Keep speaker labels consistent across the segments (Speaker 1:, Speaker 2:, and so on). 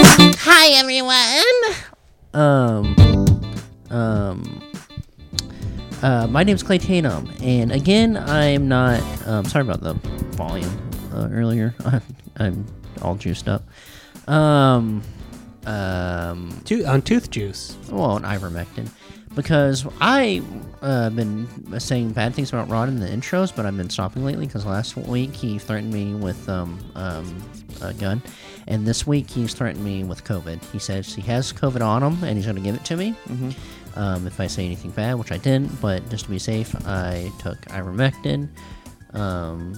Speaker 1: Hi, everyone.
Speaker 2: Um, um, uh, my name's Clay Tatum, and again, I'm not. Um, sorry about the volume uh, earlier. I'm, I'm all juiced up. Um, um,
Speaker 3: Tooth, on tooth juice.
Speaker 2: well, on ivermectin, because I uh, been saying bad things about Rod in the intros, but I've been stopping lately because last week he threatened me with um, um, a gun, and this week he's threatened me with COVID. He says he has COVID on him and he's going to give it to me
Speaker 1: Mm-hmm.
Speaker 2: um, if I say anything bad, which I didn't. But just to be safe, I took ivermectin. Um,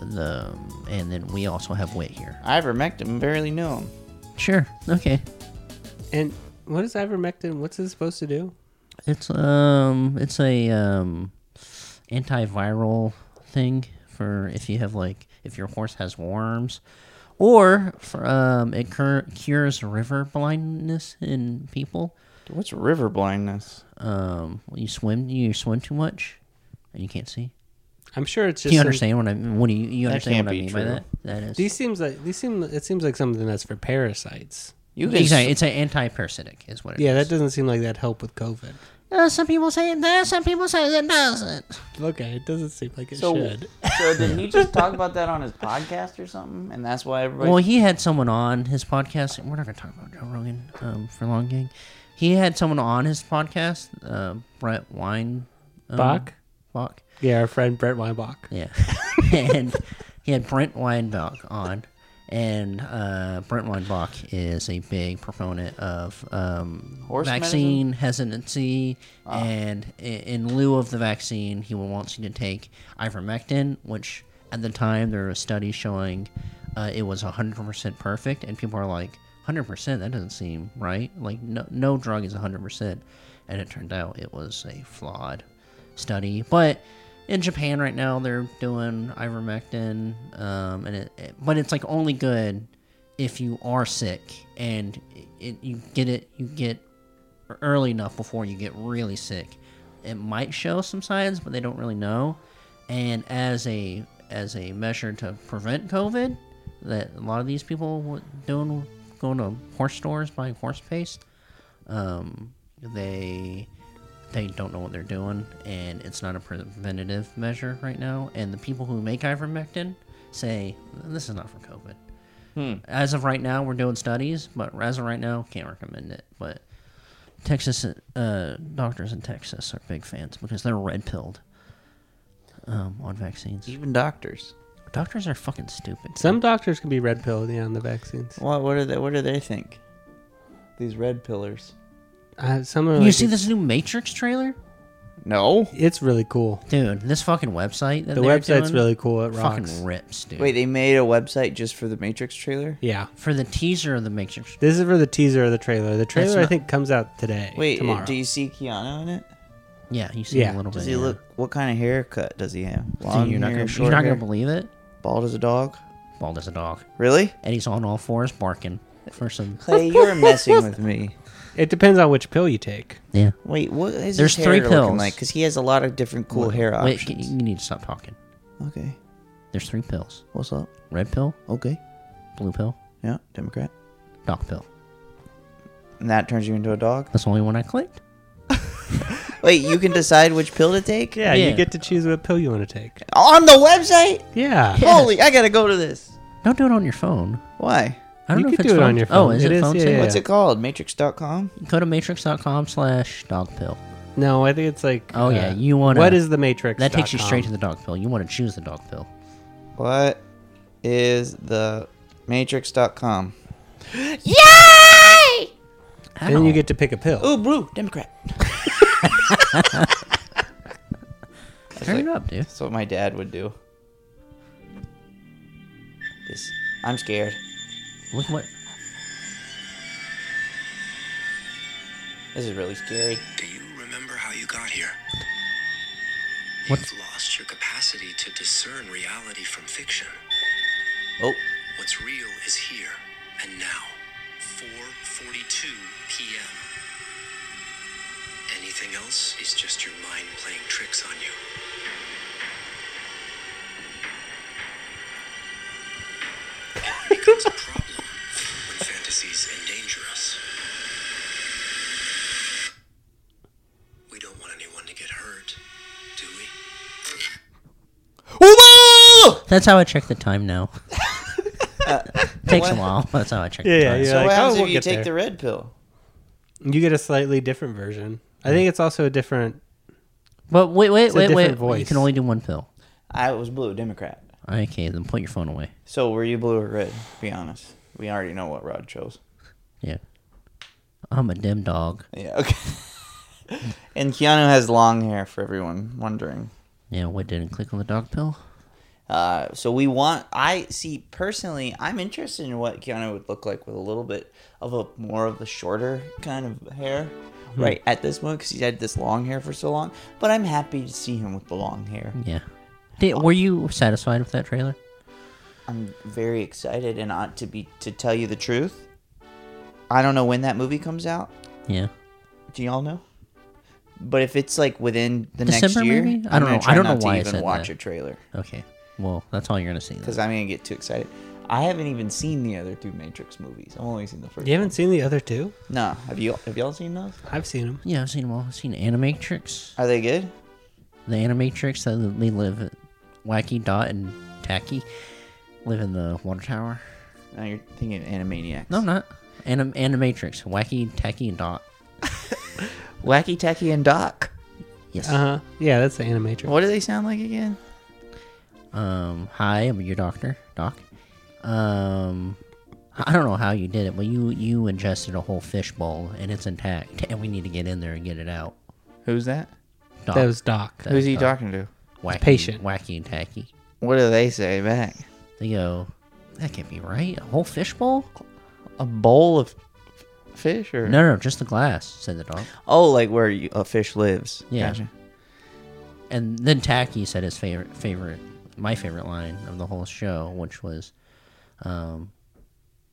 Speaker 2: the and then we also have wit here.
Speaker 1: Ivermectin, barely knew him.
Speaker 2: Sure. Okay.
Speaker 3: And what is ivermectin? What's it supposed to do?
Speaker 2: It's um, it's a um, antiviral thing for if you have like if your horse has worms, or for um, it cur- cures river blindness in people.
Speaker 1: What's river blindness?
Speaker 2: Um, when you swim, you swim too much, and you can't see.
Speaker 3: I'm sure it's just.
Speaker 2: Do you
Speaker 3: some-
Speaker 2: understand what I what do you you
Speaker 1: That
Speaker 2: understand
Speaker 1: can't
Speaker 2: what I
Speaker 1: be
Speaker 2: mean by
Speaker 1: true.
Speaker 2: that? That is
Speaker 3: These seems like these seem. It seems like something that's for parasites.
Speaker 1: You can
Speaker 2: exactly. It's an anti-parasitic, is what it is.
Speaker 3: Yeah, that doesn't seem like that help with COVID.
Speaker 2: Uh, some people say it does. Some people say it doesn't.
Speaker 3: Okay, it doesn't seem like it
Speaker 1: So,
Speaker 3: should.
Speaker 1: so did he just talk about that on his podcast or something? And that's why everybody.
Speaker 2: Well, he had someone on his podcast. We're not going to talk about Joe Rogan um, for long gang. He had someone on his podcast, uh, Brett Wine um,
Speaker 3: Bach?
Speaker 2: Bach,
Speaker 3: Yeah, our friend Brett Weinbach.
Speaker 2: yeah, and he had Brent Weinbach on, and uh, Brent Weinbach is a big proponent of um,
Speaker 1: Horse
Speaker 2: vaccine hesitancy, and i- in lieu of the vaccine, he wants you to take ivermectin, which at the time there was studies showing uh, it was 100% perfect, and people are like, 100%? That doesn't seem right. Like, no, no drug is 100%. And it turned out it was a flawed study. But in Japan right now, they're doing ivermectin, um, and it, it- but it's like only good if you are sick and it, it, you get it, you get early enough before you get really sick. It might show some signs, but they don't really know. And as a as a measure to prevent COVID, that a lot of these people were doing going to horse stores buying horse paste, um, they they don't know what they're doing, and it's not a preventative measure right now. And the people who make ivermectin say this is not for COVID.
Speaker 3: Hmm.
Speaker 2: As of right now, we're doing studies, but as of right now, can't recommend it. But Texas uh, doctors in Texas are big fans because they're red pilled um, on vaccines.
Speaker 1: even doctors.
Speaker 2: Doctors are fucking stupid.
Speaker 3: Some doctors can be red pilled yeah, on the vaccines.
Speaker 1: What? What do they? What do they think? These red pillars.
Speaker 3: Uh, some are
Speaker 2: you
Speaker 3: like-
Speaker 2: see this new Matrix trailer,
Speaker 1: No.
Speaker 3: It's really cool.
Speaker 2: dude? This fucking website. That
Speaker 3: The
Speaker 2: they're
Speaker 3: website's
Speaker 2: doing
Speaker 3: really cool. It
Speaker 2: fucking
Speaker 3: rocks.
Speaker 2: rips, dude.
Speaker 1: Wait, they made a website just for the Matrix trailer.
Speaker 3: yeah.
Speaker 2: for the teaser of the Matrix.
Speaker 3: This is for the teaser of the trailer. The trailer, I
Speaker 2: not-
Speaker 3: think, comes out today.
Speaker 1: Wait, uh,
Speaker 3: tomorrow.
Speaker 1: do you see Keanu in it?
Speaker 2: Yeah, you see
Speaker 3: Yeah.
Speaker 2: a little
Speaker 1: Does
Speaker 2: bit.
Speaker 1: he
Speaker 2: yeah.
Speaker 1: look? What kind of haircut does he have?
Speaker 2: Dude,
Speaker 1: Long
Speaker 2: you're not
Speaker 1: hair,
Speaker 2: gonna,
Speaker 1: short
Speaker 2: you're not
Speaker 1: hair,
Speaker 2: gonna believe it.
Speaker 1: bald as a dog.
Speaker 2: Bald as a dog,
Speaker 1: Really?
Speaker 2: and he's on all fours barking for some.
Speaker 1: Clay, you're messing with me.
Speaker 3: it depends on which pill you take.
Speaker 2: Yeah.
Speaker 1: Wait, what is
Speaker 2: There's
Speaker 1: his
Speaker 2: three
Speaker 1: hair looking
Speaker 2: pills.
Speaker 1: like? Because he has a lot of different cool hair
Speaker 2: Wait,
Speaker 1: options.
Speaker 2: you need to stop talking.
Speaker 1: Okay,
Speaker 2: There's three pills:
Speaker 1: what's up?
Speaker 2: red pill,
Speaker 1: Okay,
Speaker 2: blue pill,
Speaker 1: yeah, Democrat.
Speaker 2: dog pill.
Speaker 1: And that turns you into a dog.
Speaker 2: That's the only one I clicked.
Speaker 1: Wait, you can decide which pill to take
Speaker 3: Yeah,
Speaker 2: Yeah.
Speaker 3: you get to choose what pill you want to take.
Speaker 1: on the website.
Speaker 3: Yeah.
Speaker 2: Yeah.
Speaker 1: Holy, I gotta go to this.
Speaker 2: Don't do it on your phone.
Speaker 1: Why?
Speaker 2: I don't
Speaker 3: You
Speaker 2: know if
Speaker 3: could
Speaker 2: it's
Speaker 3: do it
Speaker 2: phone
Speaker 3: on your
Speaker 2: Oh,
Speaker 3: phone.
Speaker 2: is it,
Speaker 3: It is,
Speaker 2: phone
Speaker 3: yeah,
Speaker 2: safe?
Speaker 3: yeah.
Speaker 1: What's it called? Matrix.com.
Speaker 2: Go to matrix.com slash dog pill.
Speaker 3: No, I think it's like. uh,
Speaker 2: Oh, yeah, you wanna-
Speaker 3: What is the Matrix?
Speaker 2: That takes you straight to the dog pill. You want to choose the dog pill.
Speaker 1: What is the Matrix.com?
Speaker 3: Then you get to pick a pill.
Speaker 1: Ooh, blue Democrat.
Speaker 2: Turn it up, dude.
Speaker 1: That's what my dad would do. This, I'm scared.
Speaker 2: Look what.
Speaker 1: This is really scary.
Speaker 4: Do you remember how you got here?
Speaker 2: What?
Speaker 4: You've lost your capacity to discern reality from fiction.
Speaker 1: Oh,
Speaker 4: What's real is here and now. 4:42 p.m. Anything else is just your mind playing tricks on you. It becomes a problem when fantasy fantasies endanger us. We don't want anyone to get hurt, do we?
Speaker 2: That's how I check the time now. Takes a while. but That's how I check the time.
Speaker 1: So
Speaker 3: like,
Speaker 1: what
Speaker 3: oh,
Speaker 1: happens
Speaker 3: we'll
Speaker 1: if you
Speaker 3: get
Speaker 1: take
Speaker 3: there.
Speaker 1: the red pill?
Speaker 3: You get a slightly different version. I think it's also a different.
Speaker 2: But wait, wait, wait,
Speaker 3: a
Speaker 2: wait.
Speaker 3: different
Speaker 2: You
Speaker 3: voice.
Speaker 2: can only do one pill.
Speaker 1: I was blue, Democrat.
Speaker 2: Okay, then put your phone away.
Speaker 1: So were you blue or red? Be honest. We already know what Rod chose.
Speaker 2: Yeah. I'm a dim dog.
Speaker 1: Yeah, okay. and Keanu has long hair for everyone wondering.
Speaker 2: Yeah, what didn't click on the dog pill?
Speaker 1: Uh, so we want. I see personally. I'm interested in what Keanu would look like with a little bit of a more of the shorter kind of hair, right at this moment because he's had this long hair for so long. But I'm happy to see him with the long hair.
Speaker 2: Yeah. Did, were you satisfied with that trailer?
Speaker 1: I'm very excited, and uh, to be to tell you the truth, I don't know when that movie comes out.
Speaker 2: Yeah.
Speaker 1: Do y'all know? But if it's like within the
Speaker 2: December,
Speaker 1: next year,
Speaker 2: maybe? I don't
Speaker 1: I'm gonna
Speaker 2: know. I
Speaker 1: try
Speaker 2: don't know
Speaker 1: not to
Speaker 2: why I
Speaker 1: even
Speaker 2: said
Speaker 1: watch
Speaker 2: that.
Speaker 1: a trailer
Speaker 2: Okay. Well, that's all you're gonna see.
Speaker 1: because
Speaker 2: Then.
Speaker 1: I'm gonna get too excited. I haven't even seen the other two Matrix movies. I've only seen the first.
Speaker 3: You haven't seen the other two?
Speaker 1: No, have you? Have y'all seen those?
Speaker 3: I've seen them.
Speaker 2: Yeah, I've seen them all. I've seen Animatrix,
Speaker 1: Are they good?
Speaker 2: the Animatrix that they live at Wacky Dot and Tacky live in the water tower.
Speaker 1: No, you're thinking of Animaniacs.
Speaker 2: No, I'm not. Anim- Animatrix, Wacky, Tacky, and Dot.
Speaker 1: Wacky Tacky and Doc.
Speaker 2: Yes.
Speaker 3: Uh
Speaker 1: Uh-huh.
Speaker 3: huh. Yeah, that's the animatrix.
Speaker 1: What do they sound like again?
Speaker 2: Um. Hi, I'm your doctor, Doc. Um. I don't know how you did it, but you you ingested a whole fish bowl and it's intact, and we need to get in there and get it out.
Speaker 1: Who's that?
Speaker 2: Doc,
Speaker 3: That was Doc.
Speaker 1: Who's he talking to?
Speaker 2: wacky,
Speaker 3: patient.
Speaker 2: wacky and tacky.
Speaker 1: What do they say back?
Speaker 2: They go, that can't be right. A whole fish bowl?
Speaker 1: A bowl of fish or
Speaker 2: No, no, just the glass, said the dog.
Speaker 1: Oh, like where you, a fish lives.
Speaker 2: Yeah. And then Tacky said his favorite, favorite, my favorite line of the whole show, which was, um,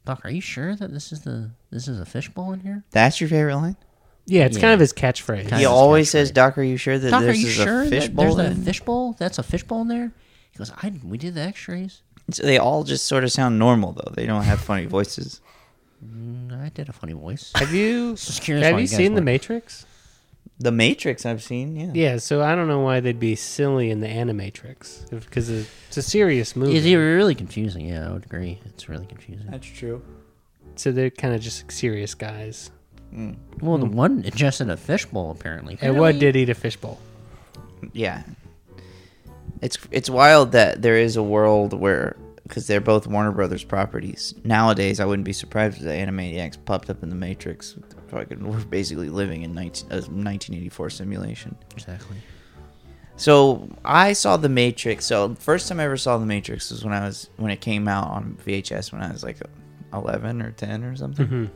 Speaker 2: "Doc, are you sure that this is the this is a fishbowl in here?"
Speaker 1: That's your favorite line.
Speaker 3: Yeah, it's
Speaker 2: Yeah.
Speaker 3: kind of his catchphrase.
Speaker 2: Kind
Speaker 1: he
Speaker 2: of
Speaker 1: always
Speaker 2: sketch,
Speaker 1: says, "Doc, are you sure that
Speaker 2: Doc, are
Speaker 1: this
Speaker 2: you
Speaker 1: is
Speaker 2: sure
Speaker 1: a fish
Speaker 2: that there's
Speaker 1: bowl?"
Speaker 2: a
Speaker 1: in-"
Speaker 2: fishbowl? That's a fishbowl in there. He goes, "I we did the X-rays.
Speaker 1: So they all just sort of sound normal though. They don't have funny voices.
Speaker 2: Mm, I did a funny voice."
Speaker 3: Have you?
Speaker 2: Just curious why
Speaker 3: Have
Speaker 2: you
Speaker 3: you
Speaker 2: guys
Speaker 3: seen the
Speaker 2: went-
Speaker 3: Matrix?
Speaker 1: The Matrix, I've seen. Yeah.
Speaker 3: Yeah, so I don't know why they'd be silly in the Animatrix because it's a serious movie.
Speaker 2: Is it really confusing? Yeah, I would agree. It's really confusing.
Speaker 1: That's true.
Speaker 3: So they're kind of just serious guys.
Speaker 2: Well, the one ingested a fishbowl apparently.
Speaker 3: And what did eat a fishbowl?
Speaker 1: Yeah. It's it's wild that there is a world where because they're both Warner Brothers properties. Nowadays, I wouldn't be surprised if the Animaniacs popped up in the Matrix. Fucking, we're basically living in 19, a 1984 simulation.
Speaker 2: exactly?
Speaker 1: So I saw The Matrix. So first time I ever saw The Matrix was when I was when it came out on VHS when I was like eleven or ten or something.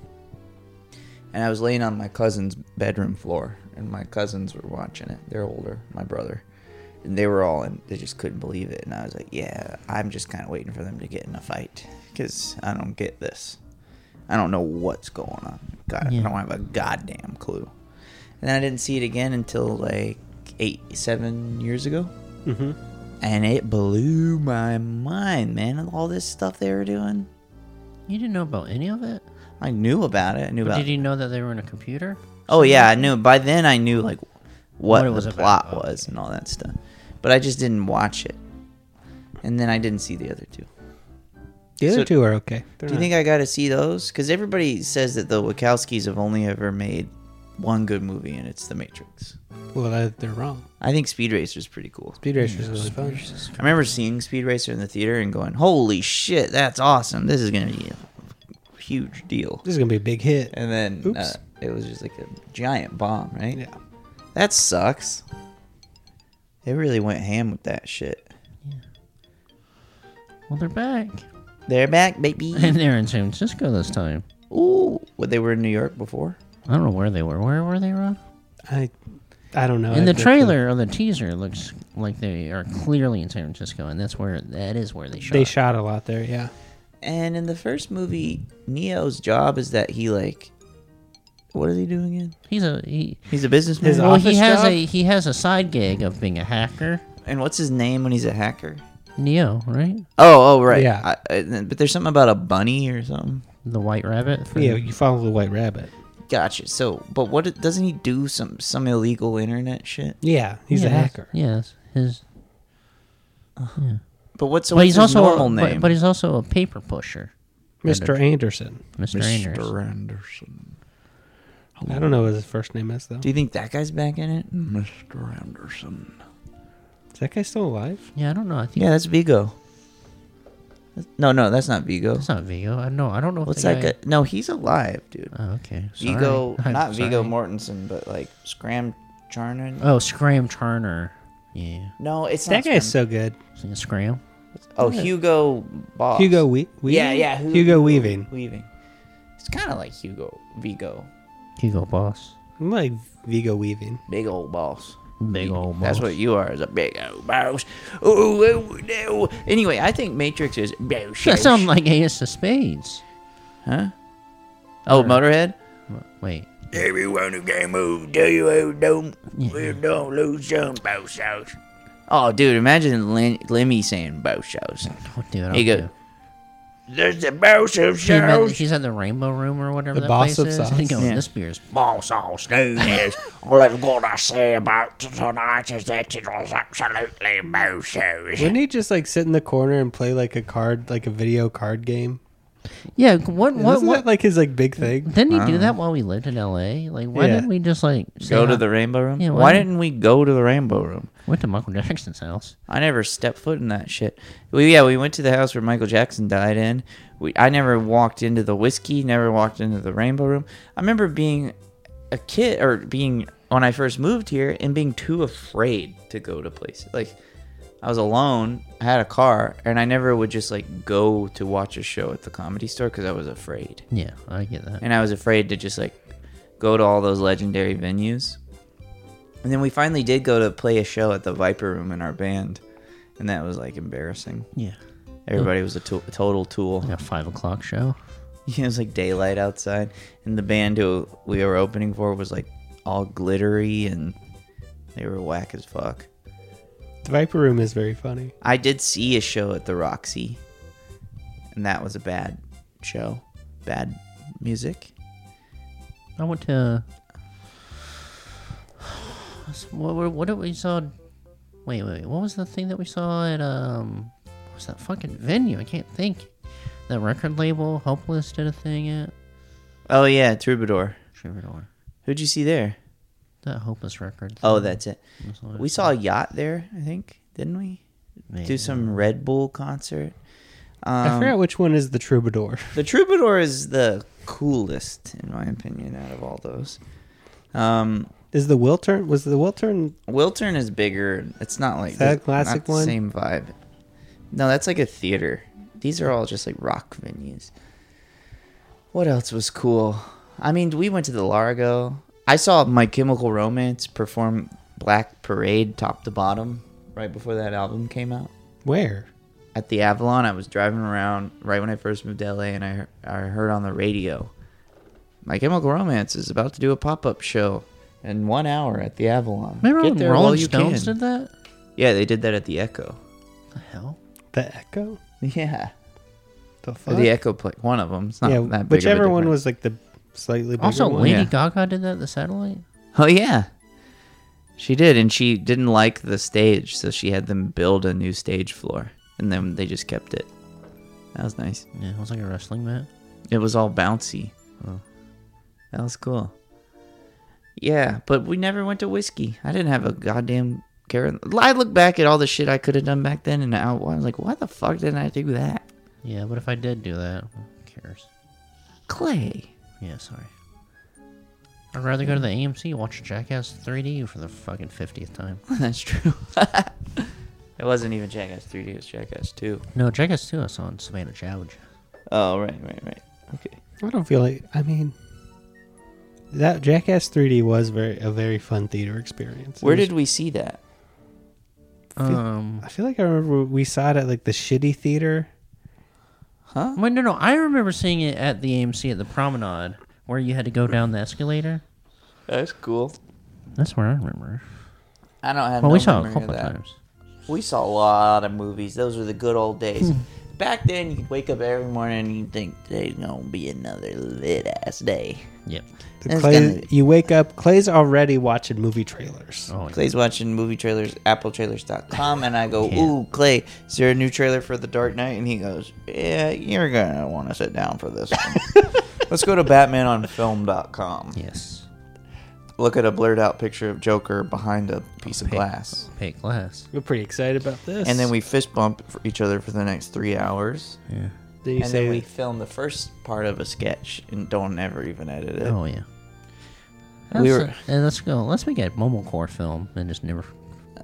Speaker 1: And I was laying on my cousin's bedroom floor, and my cousins were watching it. They're older, my brother, and they were all and they just couldn't believe it. And I was like, "Yeah, I'm just kind of waiting for them to get in a fight because I don't get this. I don't know what's going on. God,
Speaker 2: Yeah.
Speaker 1: I don't have a goddamn clue." And I didn't see it again until like eight, seven years ago.
Speaker 3: Mm-hmm.
Speaker 1: And it blew my mind, man. All this stuff they were doing.
Speaker 2: You didn't know about any of it.
Speaker 1: I knew about it. I knew
Speaker 2: But
Speaker 1: about.
Speaker 2: did you know that they were in a computer?
Speaker 1: oh yeah, I knew. By then, I knew like what,
Speaker 2: What it
Speaker 1: the
Speaker 2: was about.
Speaker 1: plot
Speaker 2: Oh,
Speaker 1: was and all that stuff. But I just didn't watch it. And then I didn't see the other two.
Speaker 3: The other
Speaker 1: So-
Speaker 3: two are okay.
Speaker 1: Do you think I got to see those? Because everybody says that the Wachowskis have only ever made one good movie, and it's The Matrix.
Speaker 3: well, uh, they're wrong.
Speaker 1: I think Speed Racer is pretty cool.
Speaker 3: Speed Racer's really fun.
Speaker 1: I remember seeing Speed Racer in the theater and going, "Holy shit, that's awesome! This is gonna be a huge deal."
Speaker 3: This is gonna be a big hit.
Speaker 1: And then
Speaker 3: Oops.
Speaker 1: uh, it was just like a giant bomb, right?
Speaker 3: Yeah.
Speaker 1: That sucks. They really went ham with that shit.
Speaker 2: Well, they're back,
Speaker 1: They're back, baby.
Speaker 2: and they're in San Francisco this time.
Speaker 1: Ooh, what they were in New York before?
Speaker 2: I don't know where they were. Where were they, Rob?
Speaker 3: I, I don't know.
Speaker 2: In the
Speaker 3: I have no clue.
Speaker 2: trailer or the teaser, it looks like they are clearly in San Francisco, and that's where that is where they shot.
Speaker 3: they shot a lot there. Yeah.
Speaker 1: And in the first movie, Neo's job is that he like, what does he do again?
Speaker 2: He's a he.
Speaker 1: He's a businessman.
Speaker 3: His
Speaker 2: well, he
Speaker 3: office
Speaker 2: has
Speaker 3: job?
Speaker 2: a he has a side gig of being a hacker.
Speaker 1: and what's his name when he's a hacker?
Speaker 2: Neo, right?
Speaker 1: Oh, oh, right.
Speaker 3: Yeah.
Speaker 1: I, I, but there's something about a bunny or something.
Speaker 2: The White Rabbit. from-
Speaker 3: Yeah, you follow the White Rabbit.
Speaker 1: Gotcha. So, but what doesn't he do? Some some illegal internet shit.
Speaker 3: Yeah, he's
Speaker 2: yeah,
Speaker 3: a hacker.
Speaker 2: Yes, his.
Speaker 1: But what's,
Speaker 2: But
Speaker 1: what's
Speaker 2: he's
Speaker 1: his
Speaker 2: also
Speaker 1: normal
Speaker 2: a, but-
Speaker 1: name?
Speaker 2: But, he's also a paper pusher,
Speaker 3: Mr. Anderson.
Speaker 2: Mr. Anders.
Speaker 1: Anderson.
Speaker 3: I don't know what his first name is though.
Speaker 1: Do you think that guy's back in it? Mr. Anderson.
Speaker 3: Is that guy still alive?
Speaker 2: Yeah, I don't know. I think
Speaker 1: Yeah, that's Vigo. No, no, that's not Vigo.
Speaker 2: that's not Vigo. I know. I don't know. If
Speaker 1: What's
Speaker 2: the
Speaker 1: that
Speaker 2: guy-
Speaker 1: guy? No, he's alive, dude.
Speaker 2: Oh, okay. Sorry.
Speaker 1: Vigo,
Speaker 2: I'm
Speaker 1: not Vigo
Speaker 2: sorry.
Speaker 1: Mortensen, but like Scram Charnon.
Speaker 2: Oh, Scram Turner. Yeah.
Speaker 1: no, it's
Speaker 3: That
Speaker 1: not
Speaker 3: guy's so
Speaker 1: Scram-
Speaker 3: good.
Speaker 2: Is it Scram.
Speaker 1: Oh, Hugo Boss.
Speaker 3: Hugo we- Weaving.
Speaker 1: Yeah, yeah. Hu-
Speaker 3: Hugo Weaving.
Speaker 1: Weaving. It's kind of like Hugo Vigo,
Speaker 2: Hugo Boss.
Speaker 3: I'm like Vigo Weaving.
Speaker 1: big old boss.
Speaker 2: Big old.
Speaker 1: That's
Speaker 2: boss.
Speaker 1: what you are, is a big old boss. Oh, oh no. Anyway, I think Matrix is.
Speaker 2: That sounds like Ace of Spades.
Speaker 1: Huh? Oh, Motorhead.
Speaker 2: Wait.
Speaker 1: Everyone who can move, do you oh, don't, we don't lose some bow shows. Oh, dude, imagine Lin- Lemmy saying bow shows.
Speaker 2: Oh, dude.
Speaker 1: He
Speaker 2: I'll
Speaker 1: goes, There's the bow show
Speaker 2: He meant-
Speaker 1: shows.
Speaker 2: he's at the Rainbow Room or whatever
Speaker 3: The
Speaker 2: that
Speaker 3: boss
Speaker 2: place
Speaker 3: of
Speaker 2: is.
Speaker 3: sauce.
Speaker 2: He goes,
Speaker 1: Yeah.
Speaker 2: this beer's
Speaker 5: All sauce news is all I've got to say about tonight is that it was absolutely motion.
Speaker 3: Wouldn't he just like sit in the corner and play like a card, like a video card game?
Speaker 2: yeah. What? What?
Speaker 3: Isn't
Speaker 2: what?
Speaker 3: that like his like big thing?
Speaker 2: Didn't he do that while we lived in L.A.? Like, why
Speaker 3: Yeah.
Speaker 2: didn't we just like say
Speaker 1: Go to
Speaker 2: hi-
Speaker 1: the Rainbow Room?
Speaker 2: Yeah, why
Speaker 1: Why
Speaker 2: didn't-
Speaker 1: didn't we go to the Rainbow Room?
Speaker 2: went to Michael Jackson's house?
Speaker 1: I never stepped foot in that shit. We yeah, we went to the house where Michael Jackson died in. We I never walked into the whiskey, never walked into the rainbow room. I remember being a kid or being when I first moved here and being too afraid to go to places. Like I was alone, I had a car, and I never would just like go to watch a show at the comedy store cuz I was afraid.
Speaker 2: Yeah, I get that.
Speaker 1: And I was afraid to just like go to all those legendary venues. And then we finally did go to play a show at the Viper Room in our band. And that was like embarrassing.
Speaker 2: Yeah,
Speaker 1: Everybody was a to- a total tool.
Speaker 2: like a five o'clock show.
Speaker 1: It was like daylight outside. And the band who we were opening for was like all glittery and they were whack as fuck.
Speaker 3: The Viper Room is very funny.
Speaker 1: I did see a show at the Roxy, and that was a bad show. Bad music.
Speaker 2: I went to. What? What, what did we saw? Wait, wait, wait. What was the thing that we saw at um? What was that fucking venue? I can't think. That record label Hopeless did a thing at.
Speaker 1: Oh, yeah, Troubadour.
Speaker 2: Troubadour.
Speaker 1: Who'd you see there?
Speaker 2: That Hopeless record.
Speaker 1: Oh,
Speaker 2: thing.
Speaker 1: that's it.
Speaker 2: That's all I
Speaker 1: We saw a yacht there, I think, didn't we? Do
Speaker 2: Maybe.
Speaker 1: some Red Bull concert.
Speaker 3: I
Speaker 1: Um,
Speaker 3: forgot which one is the troubadour.
Speaker 1: the Troubadour is the coolest, in my opinion, out of all those. Um,
Speaker 3: Is the Wiltern? Was the Wiltern?
Speaker 1: Wiltern is bigger. It's not like
Speaker 3: Is that a
Speaker 1: not
Speaker 3: classic
Speaker 1: the
Speaker 3: one?
Speaker 1: Same vibe. No, that's like a theater. These are all just like rock venues. What else was cool? I mean, we went to the Largo. I saw My Chemical Romance perform Black Parade top to bottom right before that album came out.
Speaker 3: Where?
Speaker 1: at the Avalon, I was driving around right when I first moved to LA, and I I heard on the radio, My Chemical Romance is about to do a pop up show in one hour at the Avalon.
Speaker 2: Remember
Speaker 1: Get
Speaker 2: when
Speaker 1: there while
Speaker 2: Rolling
Speaker 1: you
Speaker 2: Stones
Speaker 1: can."
Speaker 2: did that?
Speaker 1: Yeah, they did that at the Echo.
Speaker 2: The hell?
Speaker 3: The Echo?
Speaker 1: Yeah,
Speaker 3: The
Speaker 1: Or
Speaker 3: fuck?
Speaker 1: the Echo play one of them. It's not
Speaker 3: yeah,
Speaker 1: that big.
Speaker 3: whichever
Speaker 1: of a
Speaker 3: one
Speaker 1: difference.
Speaker 3: was like the slightly bigger
Speaker 2: Also,
Speaker 3: one.
Speaker 2: Lady
Speaker 1: Yeah.
Speaker 2: Gaga did that. The satellite.
Speaker 1: Oh yeah. She did, and she didn't like the stage, so she had them build a new stage floor, and then they just kept it. That was nice.
Speaker 2: Yeah, it was like a wrestling mat.
Speaker 1: It was all bouncy. That was cool. Yeah, but we never went to whiskey. I didn't have a goddamn care. I look back at all the shit I could have done back then, and I was like, why the fuck didn't I do that?
Speaker 2: Yeah, but if I did do that, who cares?
Speaker 1: Clay.
Speaker 2: Yeah, sorry. I'd rather go to the AMC watch Jackass 3D for the fucking 50th time.
Speaker 1: That's true. it wasn't even Jackass 3D, it was Jackass 2.
Speaker 2: No, Jackass 2 I saw in Savannah Challenge.
Speaker 1: Oh, right, right, right. Okay.
Speaker 3: I don't feel like. I mean, that Jackass 3D was very a very fun theater experience. It
Speaker 1: Where
Speaker 3: was-
Speaker 1: did we see that?
Speaker 2: Um,
Speaker 3: I feel like I remember we saw it at like the shitty theater.
Speaker 2: wait, no, no, I remember seeing it at the AMC at the Promenade where you had to go down the escalator.
Speaker 1: That's cool.
Speaker 2: That's where I remember.
Speaker 1: I don't have
Speaker 2: Well,
Speaker 1: no
Speaker 2: we saw it a
Speaker 1: memory of
Speaker 2: couple
Speaker 1: that.
Speaker 2: times.
Speaker 1: We saw a lot of movies. Those were the good old days. Back then, you could wake up every morning and you'd think, today's going to be another lit ass day.
Speaker 2: Yep.
Speaker 3: The
Speaker 1: It's
Speaker 3: Clay,
Speaker 1: gonna-
Speaker 3: You wake up. Clay's already watching movie trailers.
Speaker 2: Oh,
Speaker 1: Clay's watching movie trailers, appletrailers.com, and I go,
Speaker 2: Can't.
Speaker 1: Ooh, Clay, is there a new trailer for The Dark Knight? And he goes, Yeah, you're going to want to sit down for this one. Let's go to BatmanOnFilm.com.
Speaker 2: yes.
Speaker 1: Look at a blurred out picture of Joker behind a piece of
Speaker 2: Pick-
Speaker 1: glass.
Speaker 2: Pick glass.
Speaker 3: We're pretty excited about this.
Speaker 1: And then we fist bump for each other for the next three hours.
Speaker 2: Yeah.
Speaker 3: Then you
Speaker 1: and
Speaker 3: say
Speaker 1: then we film the first part of a sketch and don't ever even edit it.
Speaker 2: Oh yeah.
Speaker 1: We
Speaker 2: That's-
Speaker 1: were-
Speaker 2: uh, let's go. Let's make a core film and just never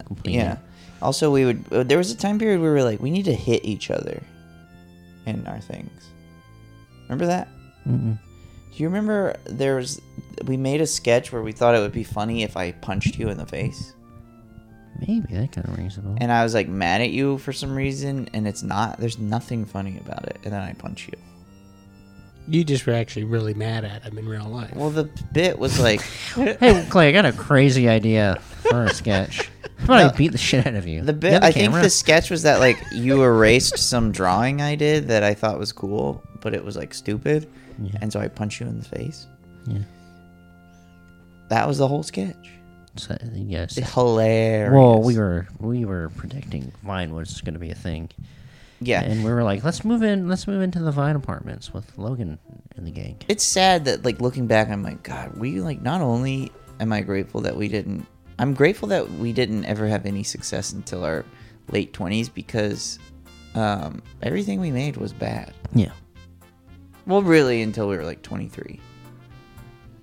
Speaker 2: complete
Speaker 1: yeah.
Speaker 2: it.
Speaker 1: Also, we would. uh, There was a time period where we were like, we need to hit each other in our things. Remember that?
Speaker 2: Mm-mm.
Speaker 1: Do you remember there was? We made a sketch where we thought it would be funny if I punched you in the face,
Speaker 2: Maybe that kind of rings a bell.
Speaker 1: and I was like mad at you for some reason, and it's not. There's nothing funny about it, and then I punch you.
Speaker 3: you just were actually really mad at him in real life.
Speaker 1: Well, the bit was like.
Speaker 2: hey Clay, I got a crazy idea for a sketch. How about I beat the shit out of you?
Speaker 1: The bit
Speaker 2: You have
Speaker 1: I think
Speaker 2: camera?
Speaker 1: the sketch was that like you erased some drawing I did that I thought was cool, but it was like stupid,
Speaker 2: Yeah.
Speaker 1: and so I punched you in the face.
Speaker 2: Yeah.
Speaker 1: That was the whole sketch.
Speaker 2: So, yes.
Speaker 1: It's hilarious.
Speaker 2: Well, we were we were predicting Vine was going to be a thing,
Speaker 1: yeah.
Speaker 2: and we were like, let's move in, let's move into the Vine apartments with Logan and the gang.
Speaker 1: it's sad that like looking back, I'm like, God, we like not only am I grateful that we didn't. I'm grateful that we didn't ever have any success until our late twenties because um, everything we made was bad.
Speaker 2: Yeah.
Speaker 1: Well, really, until we were like 23.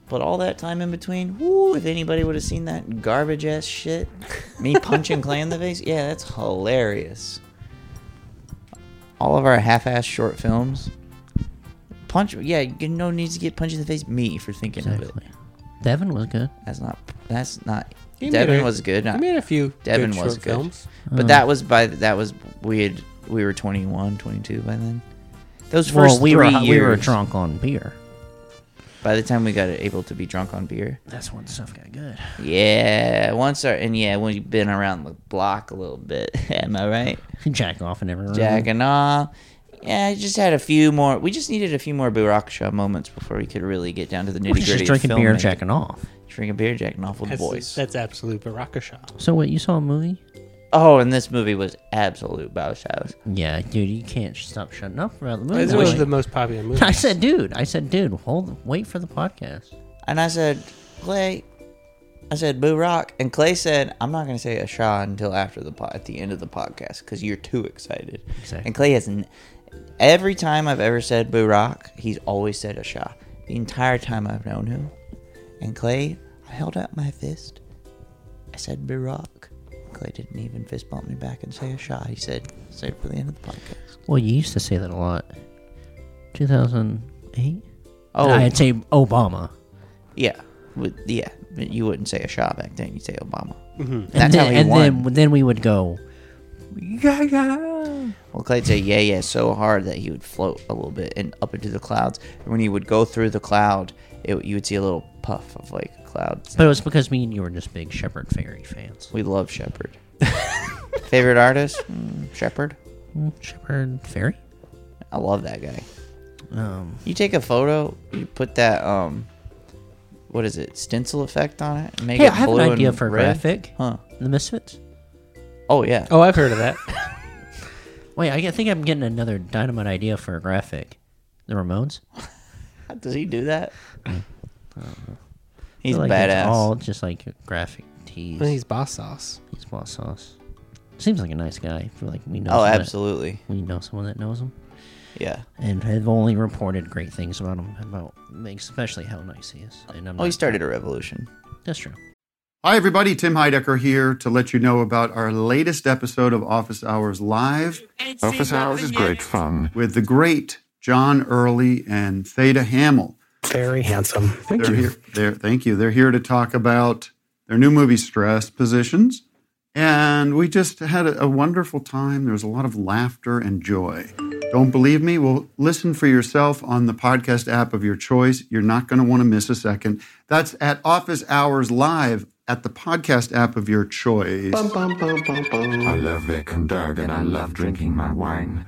Speaker 1: But all that time in between, whoo, if anybody would have seen that garbage ass shit, me punching Clay in the face, yeah, that's hilarious. All of our half ass short films. Punch, yeah, you no needs to get punched in the face. Me for thinking of
Speaker 2: Exactly.
Speaker 1: it.
Speaker 2: Devin was good.
Speaker 1: That's not. That's not.
Speaker 3: He
Speaker 1: Devin
Speaker 3: made a-
Speaker 1: was good.
Speaker 3: I
Speaker 1: Not,
Speaker 3: made a few.
Speaker 1: Devin
Speaker 3: good
Speaker 1: was
Speaker 3: short
Speaker 1: good.
Speaker 3: films.
Speaker 1: But
Speaker 2: Uh.
Speaker 1: that was by. That was we had. We were 21, 22 by then. Those first
Speaker 2: well, we
Speaker 1: three
Speaker 2: were
Speaker 1: years.
Speaker 2: we were drunk on beer.
Speaker 1: By the time we got able to be drunk on beer.
Speaker 2: That's when stuff got good.
Speaker 1: Yeah, once our and yeah, when you've been around the block a little bit, am I right?
Speaker 2: Jack off in every room.
Speaker 1: Jack and all. Yeah, I just had a few more. We just needed a few more Buraksha moments before we could really get down to the nitty
Speaker 2: We're
Speaker 1: gritty.
Speaker 2: just drinking beer and jacking off.
Speaker 1: Drinking beer, jacking off with the
Speaker 3: That's,
Speaker 1: boys.
Speaker 3: that's absolute Barakasha.
Speaker 2: So what? You saw a movie?
Speaker 1: oh, and this movie was absolute Bausch house.
Speaker 2: Yeah, dude, you can't sh- stop shutting up about the movie.
Speaker 3: It's
Speaker 2: I
Speaker 3: one
Speaker 2: wish-
Speaker 3: of the most popular movies.
Speaker 2: I said, dude. I said, dude. Hold, wait for the podcast.
Speaker 1: And I said, Clay, I said Boo Rock, and Clay said, I'm not gonna say a shot until after the po- at the end of the podcast because you're too excited.
Speaker 2: Exactly.
Speaker 1: And Clay has n- every time I've ever said Boo Rock, he's always said a shot the entire time I've known him. And Clay, I held out my fist. I said Boo Rock. Clay didn't even fist bump me back and say a shot. He said, "Save it for the end of the podcast."
Speaker 2: Well, you used to say that a lot. 2008?
Speaker 1: Oh,
Speaker 2: I'd say Obama.
Speaker 1: yeah, with, yeah. But you wouldn't say a shot back then. You'd say Obama.
Speaker 2: And
Speaker 1: That's
Speaker 2: then,
Speaker 1: how he
Speaker 2: and
Speaker 1: won.
Speaker 2: then then we would go, yeah, yeah.
Speaker 1: Well, Clay'd say yeah, yeah so hard that he would float a little bit and up into the clouds. And when he would go through the cloud, it, you would see a little puff of like clouds.
Speaker 2: But it was because me and you were just big Shepherd Fairy fans.
Speaker 1: We love Shepherd. Favorite artist? Mm, Shepherd.
Speaker 2: Mm, Shepherd Fairy?
Speaker 1: I love that guy.
Speaker 2: Um,
Speaker 1: You take a photo, you put that um, what is it? Stencil effect on it. and Make
Speaker 2: hey,
Speaker 1: it
Speaker 2: I have an
Speaker 1: blue
Speaker 2: idea
Speaker 1: and
Speaker 2: for a
Speaker 1: red.
Speaker 2: graphic.
Speaker 1: Huh?
Speaker 2: The Misfits?
Speaker 1: Oh yeah.
Speaker 3: Oh, I've heard of that.
Speaker 2: Wait, I think I'm getting another dynamite idea for a graphic. The Ramones? Oh.
Speaker 1: Does he do that? He's
Speaker 2: I feel like it's
Speaker 1: badass.
Speaker 2: all just like a graphic tease.
Speaker 3: I think he's boss sauce.
Speaker 2: He's boss sauce. Seems like a nice guy. I feel like we know
Speaker 1: oh,
Speaker 2: someone that-
Speaker 1: absolutely.
Speaker 2: we know someone that knows him.
Speaker 1: Yeah.
Speaker 2: and have only reported great things about him, about especially how nice he is. And I'm
Speaker 1: Oh, he
Speaker 2: not-
Speaker 1: started a revolution.
Speaker 2: That's true.
Speaker 6: Hi, everybody. Tim Heidecker here to let you know about our latest episode of Office Hours Live
Speaker 5: Office hours is great fun.
Speaker 6: with the great John Early and Theta Hamill.
Speaker 7: Very handsome. Thank
Speaker 6: they're here. They're, thank you. They're here to talk about their new movie, Stress Positions. And we just had a, a wonderful time. There was a lot of laughter and joy. Don't believe me? Well, listen for yourself on the podcast app of your choice. You're not going to want to miss a second. That's at Office Hours Live at the podcast app of your choice.
Speaker 5: I love Vic and Doug, and I love drinking my wine.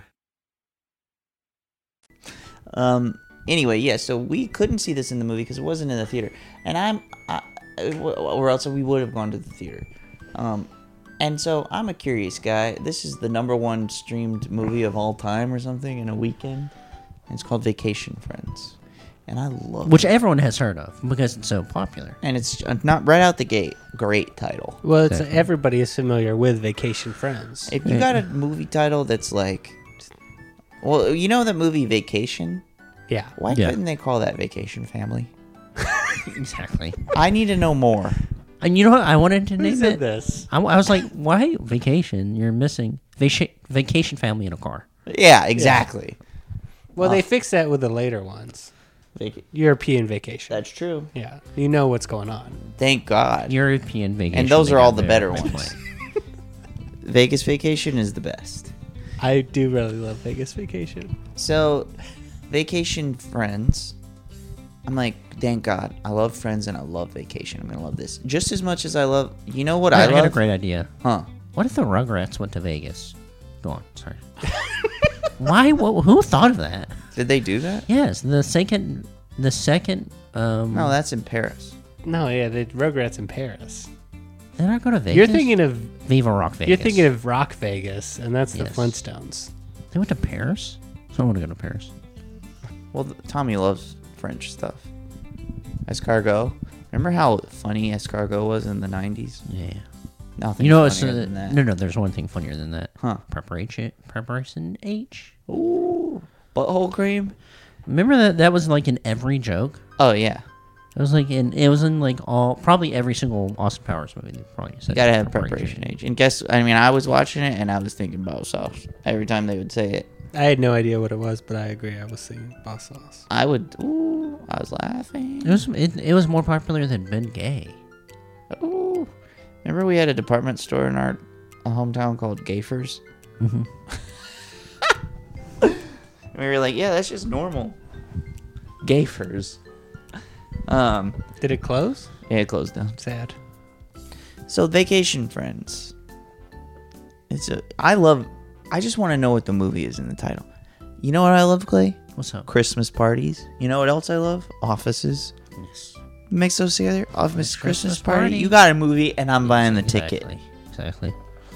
Speaker 1: Um. Anyway, yeah. So we couldn't see this in the movie because it wasn't in the theater, and I'm, I, I- or else we would have gone to the theater. Um, and so I'm a curious guy. This is the number one streamed movie of all time, or something, in a weekend. And it's called Vacation Friends, and I love
Speaker 2: which
Speaker 1: it.
Speaker 2: everyone has heard of because it's so popular.
Speaker 1: And it's uh, not right out the gate. Great title.
Speaker 3: Well, it's everybody is familiar with Vacation Friends.
Speaker 1: If you got a movie title that's like, well, you know the movie Vacation.
Speaker 3: yeah.
Speaker 1: Why
Speaker 2: Yeah.
Speaker 1: couldn't they call that Vacation Family?
Speaker 2: Exactly.
Speaker 1: I need to know more.
Speaker 2: And you know what? I wanted to name it.
Speaker 3: this?
Speaker 2: I, I was like, why vacation? You're missing vacation, vacation family in a car.
Speaker 1: Yeah, exactly.
Speaker 3: Well, they fixed that with the later ones.
Speaker 1: Vac-
Speaker 3: European Vacation.
Speaker 1: That's true.
Speaker 3: yeah. You know what's going on.
Speaker 1: Thank God.
Speaker 2: European vacation.
Speaker 1: and those
Speaker 2: they
Speaker 1: are all
Speaker 2: got
Speaker 1: the
Speaker 2: there
Speaker 1: better
Speaker 2: right
Speaker 1: ones.
Speaker 2: away.
Speaker 1: Vegas Vacation is the best.
Speaker 3: I do really love Vegas Vacation.
Speaker 1: So, Vacation Friends. I'm like, thank God. I love Friends and I love Vacation. I'm gonna love this just as much as I love. You know what
Speaker 2: I,
Speaker 1: I
Speaker 2: got a
Speaker 1: love?
Speaker 2: great idea.
Speaker 1: huh?
Speaker 2: What if the Rugrats went to Vegas? Go on. Sorry. why? Wh- who thought of that?
Speaker 1: Did they do that?
Speaker 2: Yes, the second, the second. Um,
Speaker 1: No, that's in Paris.
Speaker 3: No, yeah, the Rugrats in Paris.
Speaker 2: did I go to Vegas?
Speaker 3: You're thinking of
Speaker 2: Viva Rock Vegas.
Speaker 3: you're thinking of Rock Vegas, and that's the
Speaker 2: Yes.
Speaker 3: Flintstones.
Speaker 2: They went to Paris. So I want to go to Paris.
Speaker 1: Well, th- Tommy loves French stuff. Escargot. Remember how funny escargot was in the '90s?
Speaker 2: Yeah.
Speaker 1: Nothing.
Speaker 2: You know, it's
Speaker 1: funnier
Speaker 2: uh,
Speaker 1: than that.
Speaker 2: no, no. There's one thing funnier than that.
Speaker 1: Huh.
Speaker 2: Preparation, preparation H.
Speaker 1: Ooh, butthole cream.
Speaker 2: Remember that? That was like in every joke.
Speaker 1: Oh yeah.
Speaker 2: It was like in it was in like all probably every single Austin Powers movie. They probably said
Speaker 1: You gotta have preparation age. And guess, I mean, I was watching it and I was thinking about sauce every time they would say it.
Speaker 3: I had no idea what it was, but I agree. I was singing Boss Sauce.
Speaker 1: I would, ooh, I was laughing.
Speaker 2: It was it, it was more popular than Ben Gay.
Speaker 1: Ooh. Remember we had a department store in our hometown called Gafers? Mm-hmm. and we were like, yeah, that's just normal. Gafers. Um,
Speaker 3: Did it close?
Speaker 1: yeah, it closed down.
Speaker 3: Sad.
Speaker 1: So vacation friends. It's a, I love, I just want to know what the movie is in the title. You know what I love, Clay?
Speaker 2: What's up?
Speaker 1: Christmas parties. You know what else I love? Offices.
Speaker 2: Yes.
Speaker 1: Mix those together. Office Christmas,
Speaker 2: Christmas
Speaker 1: party.
Speaker 2: party.
Speaker 1: You got a movie, and I'm buying the ticket.
Speaker 2: Exactly. Exactly.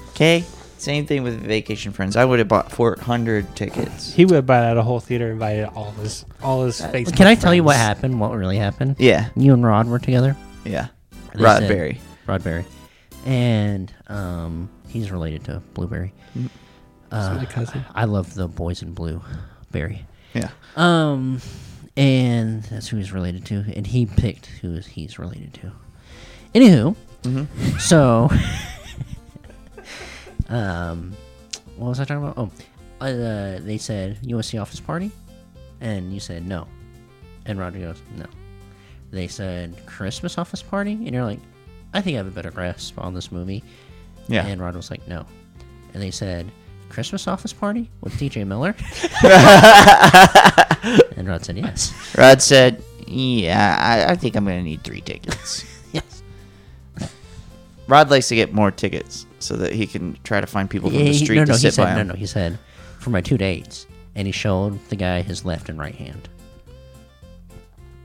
Speaker 1: Okay. Same thing with Vacation Friends. I would have bought 400 tickets.
Speaker 3: He would buy out a whole theater, invited all his all his Facebook.
Speaker 2: Uh, Can I tell you what
Speaker 3: friends.
Speaker 2: happened? What really happened?
Speaker 1: Yeah.
Speaker 2: You and Rod were together.
Speaker 1: Yeah.
Speaker 2: They
Speaker 1: Rod
Speaker 2: said-
Speaker 1: Berry.
Speaker 2: Rod Berry, and um, he's related to Blueberry. Uh,
Speaker 3: It's my cousin.
Speaker 2: I love the boys in blue, Berry.
Speaker 1: Yeah.
Speaker 2: Um, and that's who he's related to, and he picked who he's related to. Anywho, so, um, what was I talking about? Oh, uh, they said you want to see Office Party, and you said no, and Roger goes no. They said Christmas Office Party, and you're like, I think I have a better grasp on this movie.
Speaker 1: Yeah.
Speaker 2: And Rod was like, no. And they said, Christmas office party with DJ Miller? and Rod said, yes.
Speaker 1: Rod said, Yeah, I, I think I'm going to need three tickets.
Speaker 2: Yes.
Speaker 1: Rod likes to get more tickets so that he can try to find people from
Speaker 2: Yeah,
Speaker 1: the
Speaker 2: he-
Speaker 1: street
Speaker 2: no,
Speaker 1: to
Speaker 2: no, he
Speaker 1: sit by
Speaker 2: said, no,
Speaker 1: him.
Speaker 2: no, he said, for my two dates. And he showed the guy his left and right hand.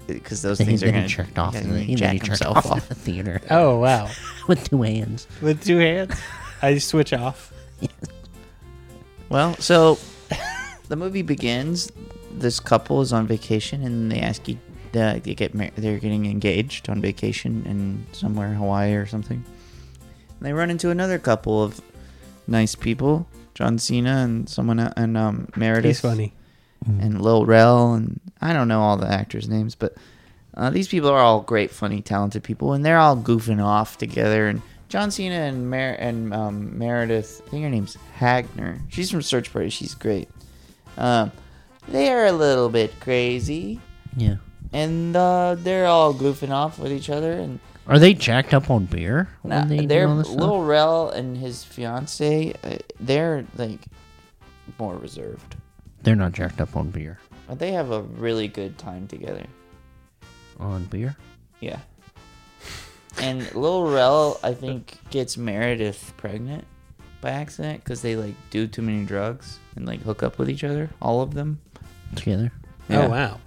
Speaker 1: Because those
Speaker 2: Then he,
Speaker 1: things are
Speaker 2: then
Speaker 1: going
Speaker 2: he
Speaker 1: to
Speaker 2: jerked off. in the- he- then he
Speaker 1: jack
Speaker 2: jerked
Speaker 1: himself
Speaker 2: off in
Speaker 1: off.
Speaker 2: the theater
Speaker 3: Oh wow!
Speaker 2: with two hands.
Speaker 3: With two hands, I switch off.
Speaker 1: Well, so the movie begins. This couple is on vacation, and they ask you. They, they get mar- they're getting engaged on vacation in somewhere in Hawaii or something. And they run into another couple of nice people, John Cena and someone e- and um, Meredith
Speaker 3: He's funny.
Speaker 1: and Lil Rel, and I don't know all the actors' names, but uh, these people are all great, funny, talented people, and they're all goofing off together. And John Cena and Mer- and um, Meredith, I think her name's Hagner. She's from Search Party. She's great. Um, they're a little bit crazy,
Speaker 2: Yeah.
Speaker 1: and uh, they're all goofing off with each other. And
Speaker 2: Are they jacked up on beer? when
Speaker 1: Nah,
Speaker 2: they do
Speaker 1: they're
Speaker 2: all this stuff?
Speaker 1: Lil Rel and his fiance. Uh, they're like more reserved,
Speaker 2: They're not jacked up on beer.
Speaker 1: but they have a really good time together.
Speaker 2: On beer?
Speaker 1: Yeah. And Lil Rel, I think, gets Meredith pregnant by accident because they like do too many drugs and like hook up with each other, all of them.
Speaker 2: together.
Speaker 1: Yeah.
Speaker 3: Oh wow.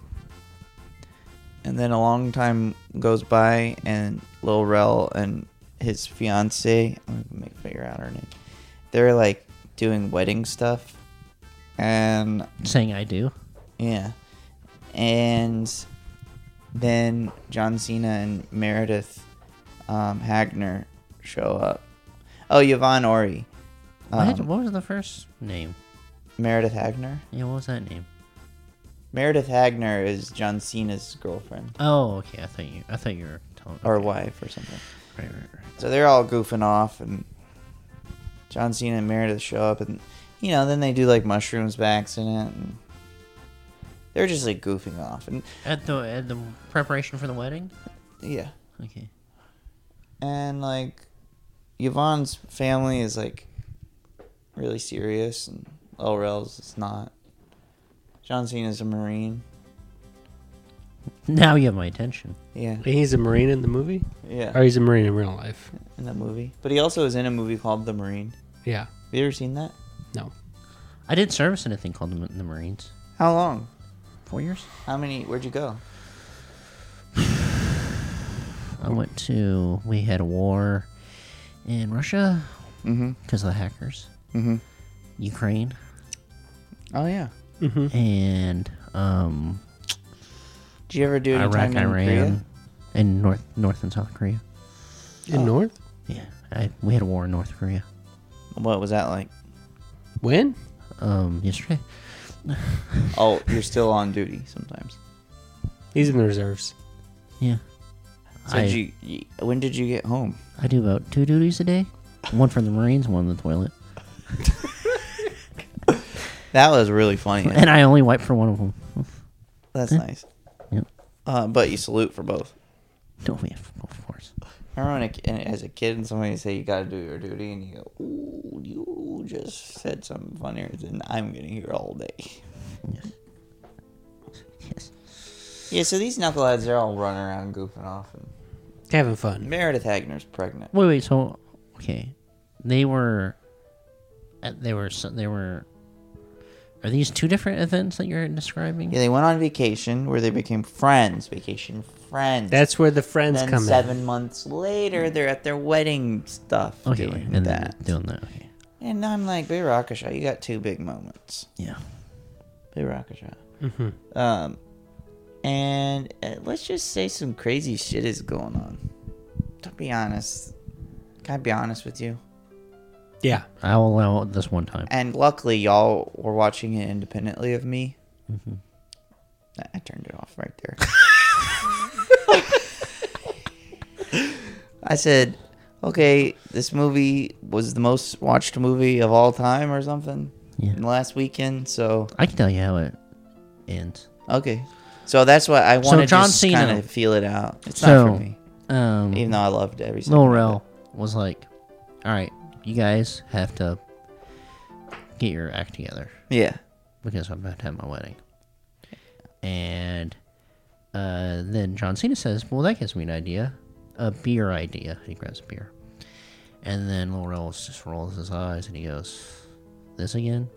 Speaker 1: And then a long time goes by, and Lil Rel and his fiance, let me figure out her name. They're like doing wedding stuff, and
Speaker 2: Saying I do.
Speaker 1: Yeah. And then John Cena and Meredith um, Hagner show up. Oh, Yvonne Ori.
Speaker 2: What?
Speaker 1: Um,
Speaker 2: what was the first name?
Speaker 1: Meredith Hagner?
Speaker 2: Yeah, what was that name?
Speaker 1: Meredith Hagner is John Cena's girlfriend
Speaker 2: Oh, okay. I thought you. I thought you were telling.
Speaker 1: or
Speaker 2: okay.
Speaker 1: wife or something.
Speaker 2: Right, right, right.
Speaker 1: So they're all goofing off, and John Cena and Meredith show up, and you know, then they do like mushrooms by accident, and they're just like goofing off, and
Speaker 2: At the at the preparation for the wedding.
Speaker 1: yeah.
Speaker 2: Okay.
Speaker 1: and like Yvonne's family is like really serious, and Lil Rel's is not. John Cena's a Marine.
Speaker 2: Now you have my attention.
Speaker 1: Yeah,
Speaker 3: He's a marine in the movie,
Speaker 1: yeah,
Speaker 3: or he's a marine in real life.
Speaker 1: in that movie. But he also is in a movie called The Marine.
Speaker 3: Yeah.
Speaker 1: Have you ever seen that?
Speaker 3: No.
Speaker 2: I did service in a thing called the, the Marines.
Speaker 1: How long?
Speaker 2: Four years.
Speaker 1: How many? Where'd you go?
Speaker 2: I went to. We had a war in Russia
Speaker 1: Mm-hmm.
Speaker 2: because of the hackers.
Speaker 1: Mhm.
Speaker 2: Ukraine
Speaker 1: Oh yeah.
Speaker 2: Mm-hmm. and um,
Speaker 1: Did you ever do any
Speaker 2: Iraq,
Speaker 1: time in Korea?
Speaker 2: Iran, and North North and South Korea.
Speaker 3: In
Speaker 2: Oh.
Speaker 3: North?
Speaker 2: Yeah, I, we had a war in North Korea.
Speaker 1: What was that like?
Speaker 3: When?
Speaker 2: Um, yesterday.
Speaker 1: Oh, you're still on duty sometimes.
Speaker 3: He's in the reserves.
Speaker 2: Yeah.
Speaker 1: So
Speaker 2: I,
Speaker 1: did you, you- when did you get home?
Speaker 2: I do about two duties a day. One for the Marines, one in the toilet.
Speaker 1: That was really funny.
Speaker 2: And I only wipe for one of them.
Speaker 1: That's nice.
Speaker 2: Yep.
Speaker 1: Uh, but you salute for both.
Speaker 2: No, yeah, of course.
Speaker 1: I remember when a, as a kid and somebody say you gotta do your duty and you go, ooh, you just said something funnier than I'm gonna hear all day.
Speaker 2: Yes.
Speaker 1: Yeah, so these knuckleheads they're all running around goofing off and
Speaker 3: Having fun.
Speaker 1: Meredith Hagner's pregnant.
Speaker 2: Wait, wait. So, okay, they were, uh, they were, so they were. Are these two different events that you're describing?
Speaker 1: Yeah, they went on vacation where they became friends. Vacation friends.
Speaker 3: That's where the friends
Speaker 1: then
Speaker 3: come
Speaker 1: seven months later they're at their wedding stuff
Speaker 2: okay,
Speaker 1: doing
Speaker 2: and
Speaker 1: that.
Speaker 2: then doing that. Okay.
Speaker 1: And I'm like, Big Rakasha, you got two big moments.
Speaker 2: Yeah.
Speaker 1: Big Rakasha. Mm-hmm. Um, and uh, let's just say some crazy shit is going on. To be honest, can I be honest with you?
Speaker 3: in. Yeah.
Speaker 2: I will allow it this one time.
Speaker 1: And luckily, y'all were watching it independently of me. I- I turned it off right there. I said, okay, this movie was the most watched movie of all time or something
Speaker 2: Yeah.
Speaker 1: in the last weekend. So,
Speaker 2: I can tell you how it ends.
Speaker 1: okay. So that's why I wanted
Speaker 2: John
Speaker 1: to
Speaker 2: Cena-
Speaker 1: kind of feel it out. It's not
Speaker 2: so,
Speaker 1: for me,
Speaker 2: um,
Speaker 1: even though I loved every second.
Speaker 2: Lil
Speaker 1: of it.
Speaker 2: Rel was like, "All right, you guys have to get your act together
Speaker 1: Yeah.
Speaker 2: because I'm about to have my wedding." And uh, then John Cena says, "Well, that gives me an idea, a beer idea." He grabs a beer, and then Lil Rel just rolls his eyes and he goes, "This again?"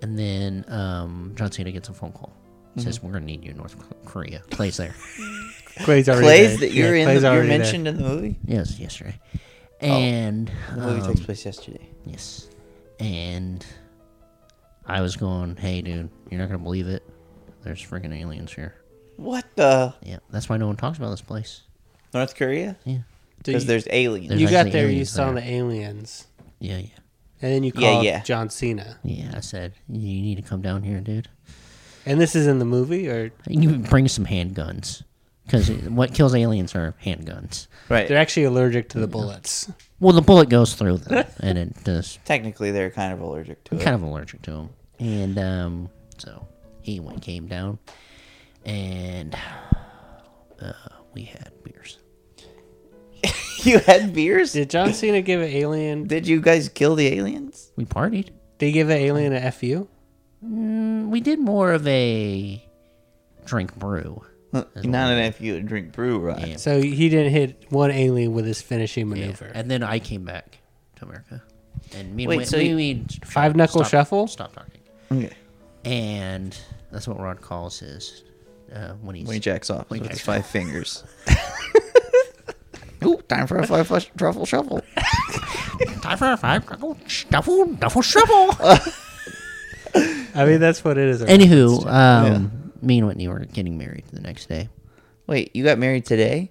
Speaker 2: And then um, John Cena gets a phone call. Says, "We're gonna need you in North Korea." Clay's there.
Speaker 3: Clay's already
Speaker 1: Plays
Speaker 3: there.
Speaker 1: that you're
Speaker 3: Yeah,
Speaker 1: in,
Speaker 3: Clay's
Speaker 1: the, you're
Speaker 3: already there.
Speaker 1: mentioned in the movie.
Speaker 2: yes, yesterday. And
Speaker 1: The movie
Speaker 2: um,
Speaker 1: takes place yesterday.
Speaker 2: Yes. And I was going, hey, dude, you're not going to believe it. There's freaking aliens here.
Speaker 1: What the
Speaker 2: Yeah, that's why no one talks about this place.
Speaker 1: North Korea?
Speaker 2: Yeah.
Speaker 3: So
Speaker 1: Because
Speaker 3: you-
Speaker 1: there's aliens.
Speaker 2: There's
Speaker 3: you got
Speaker 2: actually
Speaker 3: there, you
Speaker 2: aliens
Speaker 3: saw
Speaker 2: there.
Speaker 3: the aliens,
Speaker 2: Yeah, yeah.
Speaker 3: and then you
Speaker 1: Yeah,
Speaker 3: called
Speaker 1: yeah.
Speaker 3: John Cena.
Speaker 2: Yeah, I said, you need to come down here, dude.
Speaker 3: And this is in the movie, or
Speaker 2: And you bring some handguns. Because what kills aliens are handguns.
Speaker 1: right.
Speaker 3: they're actually allergic to the bullets.
Speaker 2: Well, the bullet goes through them, and it does.
Speaker 1: Technically, they're kind of allergic to
Speaker 2: I'm
Speaker 1: it.
Speaker 2: kind of allergic to them. And um, so he went, came down, and uh, we had beers.
Speaker 1: you had beers? Did,
Speaker 3: Did John Cena give an alien?
Speaker 1: you guys kill the aliens?
Speaker 2: We partied.
Speaker 3: They give an alien a fu.
Speaker 2: we did more of a drink brew.
Speaker 1: Not enough you would drink brew, right?
Speaker 2: Yeah.
Speaker 3: So he didn't hit one alien with his finishing
Speaker 2: Yeah.
Speaker 3: maneuver.
Speaker 2: And then I came back to America. And me and
Speaker 1: Wait,
Speaker 2: Wayne,
Speaker 1: so
Speaker 2: me
Speaker 1: you-
Speaker 2: and Wayne sh-
Speaker 3: Five knuckle
Speaker 2: stop-
Speaker 3: shuffle?
Speaker 2: Stop talking.
Speaker 1: Okay.
Speaker 2: And that's what Rod calls his uh, when he's
Speaker 1: When he jacks off with
Speaker 2: jacks
Speaker 1: his five fingers. Ooh, time for a five flush truffle shuffle.
Speaker 2: time for a five knuckle shuffle, duffle shuffle.
Speaker 3: I mean, that's what it is.
Speaker 2: Anywho, um, me and Whitney were getting married the next day
Speaker 1: Wait, you got married today?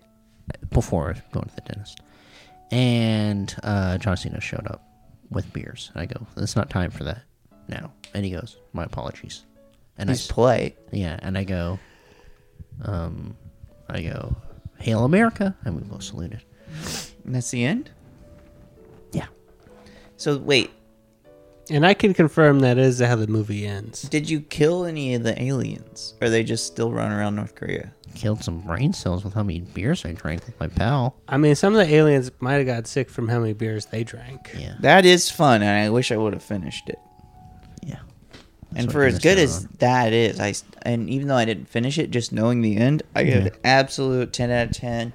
Speaker 2: before going to the dentist, and uh, John Cena showed up with beers. And I go, "It's not time for that now." And he goes, "My apologies." And I
Speaker 1: He's polite.
Speaker 2: Yeah, and I go, um, I go, "Hail America!" and we both saluted.
Speaker 1: And that's the end?
Speaker 2: Yeah,
Speaker 1: So, wait,
Speaker 3: And I can confirm that is how the movie ends.
Speaker 1: did you kill any of the aliens? Or they just still run around North Korea?
Speaker 2: killed some brain cells with how many beers I drank with my pal.
Speaker 3: I mean, some of the aliens might have got sick from how many beers they drank.
Speaker 2: Yeah,
Speaker 1: That is fun, and I wish I would have finished it.
Speaker 2: yeah.
Speaker 1: and
Speaker 2: what
Speaker 1: for
Speaker 2: I
Speaker 1: as
Speaker 2: missed
Speaker 1: good
Speaker 2: out
Speaker 1: as that is, I s- and even though I didn't finish it, just knowing the end, I give it absolute ten out of ten,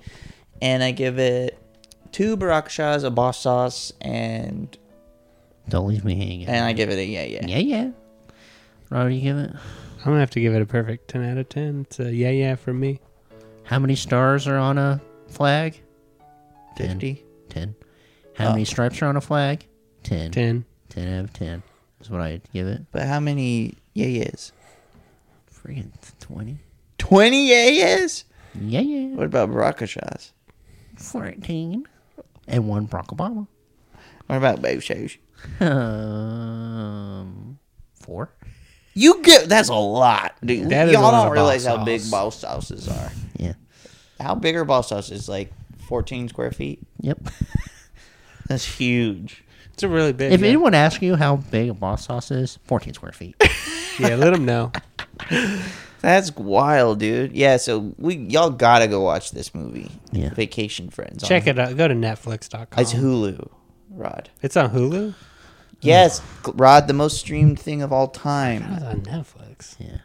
Speaker 1: and I give it two barakshas, a boss sauce, and
Speaker 2: Don't leave me hanging.
Speaker 1: and I give it a yeah yeah.
Speaker 2: yeah, yeah. Rob, you give it?
Speaker 3: I'm gonna have to give it a perfect 10 out of 10. It's a yeah, yeah from me.
Speaker 2: How many stars are on a flag? Ten.
Speaker 1: 50.
Speaker 2: Ten. How many stripes are on a flag? Ten.
Speaker 3: 10.
Speaker 2: Ten out of ten is what I'd give it.
Speaker 1: But how many yeah yeahs?
Speaker 2: Freaking twenty.
Speaker 1: Twenty yeah yeahs.
Speaker 2: Yeah, yeah.
Speaker 1: What about barakshas?
Speaker 2: Fourteen. And one Barack Obama.
Speaker 1: What about babe shoes?
Speaker 2: Um, four.
Speaker 1: You get that's a lot, dude.
Speaker 3: That is a
Speaker 1: Y'all
Speaker 3: lot
Speaker 1: don't
Speaker 3: of
Speaker 1: realize
Speaker 3: boss
Speaker 1: how big
Speaker 3: sauce.
Speaker 1: boss sauces are.
Speaker 2: Yeah.
Speaker 1: How big are boss sauces? Like fourteen square feet.
Speaker 2: Yep.
Speaker 1: That's huge.
Speaker 3: It's a really big.
Speaker 2: If
Speaker 3: yeah.
Speaker 2: anyone asks you how big a boss sauce is, 14 square feet.
Speaker 3: yeah, let them know.
Speaker 1: That's wild, dude. Yeah, so we y'all gotta go watch this movie.
Speaker 2: Yeah.
Speaker 1: Vacation Friends.
Speaker 3: Check it out. Go to Netflix.com.
Speaker 1: It's Hulu, Rod.
Speaker 3: It's on Hulu?
Speaker 1: Yes, Rod, the most streamed thing of all time.
Speaker 3: It's on Netflix.
Speaker 2: Yeah.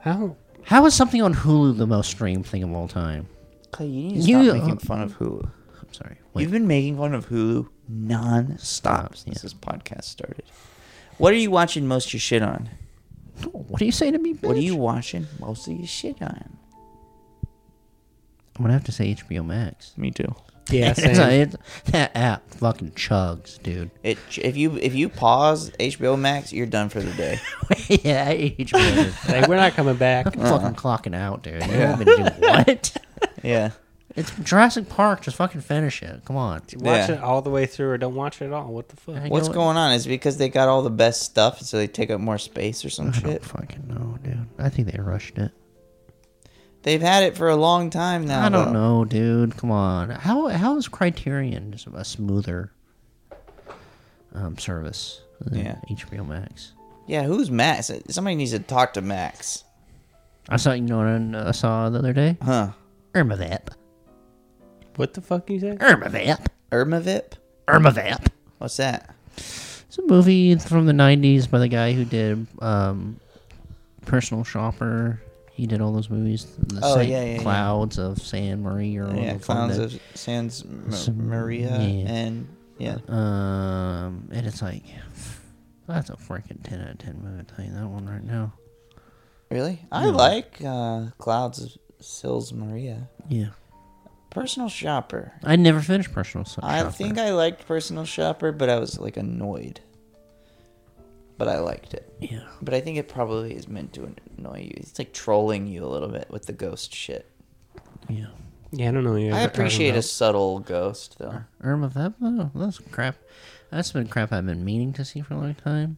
Speaker 3: How?
Speaker 2: How is something on Hulu the most streamed thing of all time?
Speaker 1: Clay, you need to
Speaker 2: You-
Speaker 1: stop making fun of Hulu.
Speaker 2: I'm sorry. Wait.
Speaker 1: You've been making fun of Hulu non-stop since this podcast started. What are you watching most your shit on?
Speaker 2: What are you saying to me, bitch?
Speaker 1: What are you watching most of your shit on?
Speaker 2: I'm going to have to say HBO Max.
Speaker 1: Me too.
Speaker 3: Yeah,
Speaker 2: It's a-
Speaker 3: same.
Speaker 2: it's- that app fucking chugs, dude.
Speaker 1: It, if you if you pause HBO Max, you're done for the day.
Speaker 2: yeah, HBO is
Speaker 3: like, we're not coming back.
Speaker 2: fucking clocking out, dude. You want me to do what?
Speaker 1: Yeah.
Speaker 2: It's Jurassic Park. Just fucking finish it. Come on.
Speaker 3: Watch
Speaker 1: Yeah.
Speaker 3: it all the way through or don't watch it at all. What the fuck?
Speaker 2: I
Speaker 1: What's
Speaker 2: know-
Speaker 1: going on? Is it because they got all the best stuff, so they take up more space or some
Speaker 2: I
Speaker 1: shit?
Speaker 2: don't fucking know, dude. I think they rushed it.
Speaker 1: They've had it for a long time now.
Speaker 2: I don't
Speaker 1: though.
Speaker 2: know, dude. Come on. How how is Criterion just a smoother um, service than
Speaker 1: Yeah.
Speaker 2: HBO Max?
Speaker 1: Yeah, who's Max? Somebody needs to talk to Max.
Speaker 2: I saw you know what I uh, saw the other day.
Speaker 1: Huh?
Speaker 2: Irmavep.
Speaker 3: What the fuck you say?
Speaker 2: Irmavep.
Speaker 1: Irmavip?
Speaker 2: Irmavep.
Speaker 1: What's that?
Speaker 2: It's a movie from the '90s by the guy who did um, Personal Shopper. He did all those movies. The
Speaker 1: Oh,
Speaker 2: Saint
Speaker 1: yeah, yeah, yeah.
Speaker 2: Clowns of San Maria. Or
Speaker 1: yeah,
Speaker 2: whatever
Speaker 1: Clowns
Speaker 2: Oh, that-
Speaker 1: of Sans M-
Speaker 2: Some-
Speaker 1: Maria
Speaker 2: yeah. Uh,
Speaker 1: and yeah.
Speaker 2: Um, and it's like that's a freaking ten out of ten movie. I tell you that one right now.
Speaker 1: Really? I like uh, Clouds of Sils Maria.
Speaker 2: Yeah.
Speaker 1: Personal Shopper.
Speaker 2: I never finished personal shopper.
Speaker 1: I think I liked Personal Shopper, but I was like annoyed. But I liked it.
Speaker 2: yeah.
Speaker 1: But I think it probably is meant to annoy you. It's like trolling you a little bit with the ghost shit.
Speaker 2: Yeah.
Speaker 3: Yeah, I don't know. what you're
Speaker 1: I
Speaker 3: talking
Speaker 1: appreciate a
Speaker 3: about.
Speaker 1: subtle ghost though.
Speaker 2: Irma Vep though, that's crap. That's been crap I've been meaning to see for a long time.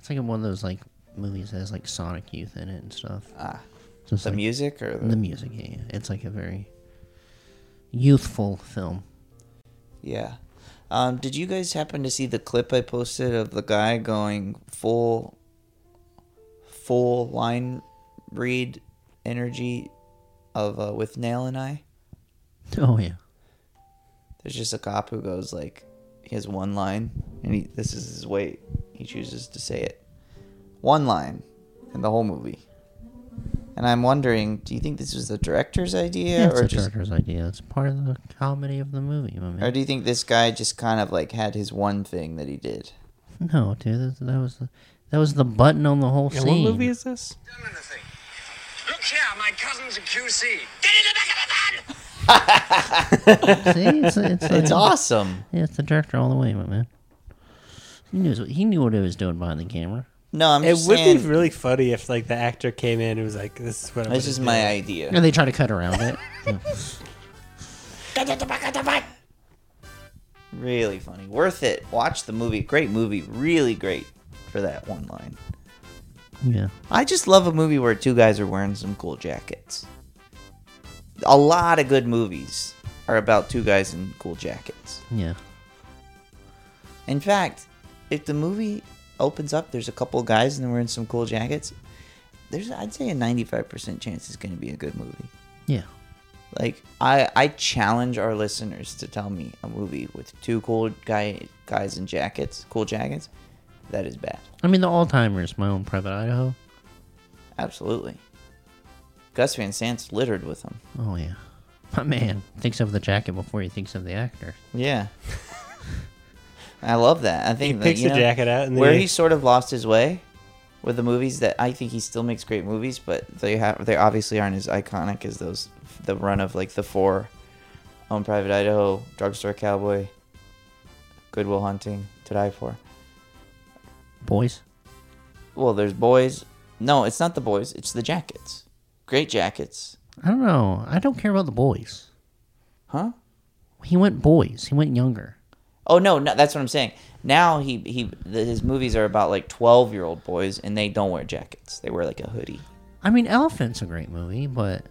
Speaker 2: It's like one of those like movies that has like Sonic Youth in it and stuff.
Speaker 1: Ah,
Speaker 2: So it's
Speaker 1: the
Speaker 2: like-
Speaker 1: music or the,
Speaker 2: The music, yeah, yeah. It's like a very youthful film.
Speaker 1: yeah. Um, did you guys happen to see the clip I posted of the guy going full, full line read energy of uh, with Nail and I?
Speaker 2: Oh yeah.
Speaker 1: There's just a cop who goes like, he has one line, and he this is his way he chooses to say it, one line, in the whole movie. And I'm wondering, do you think this was the director's idea,
Speaker 2: Yeah, it's
Speaker 1: or
Speaker 2: a
Speaker 1: just,
Speaker 2: director's idea. It's part of the comedy of the movie. my man.
Speaker 1: or do you think this guy just kind of like had his one thing that he did?
Speaker 2: no, dude, that, that was the that was the button on the whole
Speaker 3: Yeah, what
Speaker 2: scene.
Speaker 3: movie is this?
Speaker 4: Done anything. Look here, my cousin's a QC. Get in the back of the van!
Speaker 2: See, it's it's,
Speaker 1: It's
Speaker 2: uh,
Speaker 1: awesome.
Speaker 2: Yeah, it's the director all the way, my man. He knew he knew what he was doing behind the camera.
Speaker 1: No, I'm
Speaker 3: It
Speaker 1: just
Speaker 3: would
Speaker 1: saying
Speaker 3: be really funny if like the actor came in and was like, "This is what I'm."
Speaker 1: this
Speaker 3: gonna
Speaker 1: is
Speaker 3: do."
Speaker 1: my idea.
Speaker 2: And they try to cut around it. Yeah.
Speaker 1: Really funny, worth it. Watch the movie. Great movie. Really great for that one line.
Speaker 2: yeah.
Speaker 1: I just love a movie where two guys are wearing some cool jackets. A lot of good movies are about two guys in cool jackets.
Speaker 2: Yeah.
Speaker 1: In fact, if the movie opens up, there's a couple of guys and they're wearing some cool jackets. There's, I'd say, a 95% chance it's going to be a good movie.
Speaker 2: Yeah.
Speaker 1: Like, I, I challenge our listeners to tell me a movie with two cool guy guys in jackets, cool jackets, that is bad.
Speaker 2: I mean, the all timers, my own private Idaho.
Speaker 1: Absolutely. Gus Van Sant's littered with them.
Speaker 2: Oh, yeah. My man thinks of the jacket before he thinks of the actor.
Speaker 1: Yeah. I love that. I think that,
Speaker 3: picks
Speaker 1: you
Speaker 3: the
Speaker 1: know,
Speaker 3: jacket out and then
Speaker 1: where
Speaker 3: he-
Speaker 1: he sort of lost his way with the movies that I think he still makes great movies, but they have they obviously aren't as iconic as those the run of like the four Home Private Idaho, Drugstore Cowboy, Goodwill Hunting, To Die For.
Speaker 2: Boys?
Speaker 1: Well, there's boys. No, it's not the boys. It's the jackets. Great jackets,
Speaker 2: I don't know. I don't care about the boys.
Speaker 1: huh?
Speaker 2: He went boys. He went younger.
Speaker 1: Oh no, no, that's what I'm saying. Now he he the, his movies are about like 12 year old boys, and they don't wear jackets. They wear like a hoodie.
Speaker 2: I mean, Elephant's a great movie, but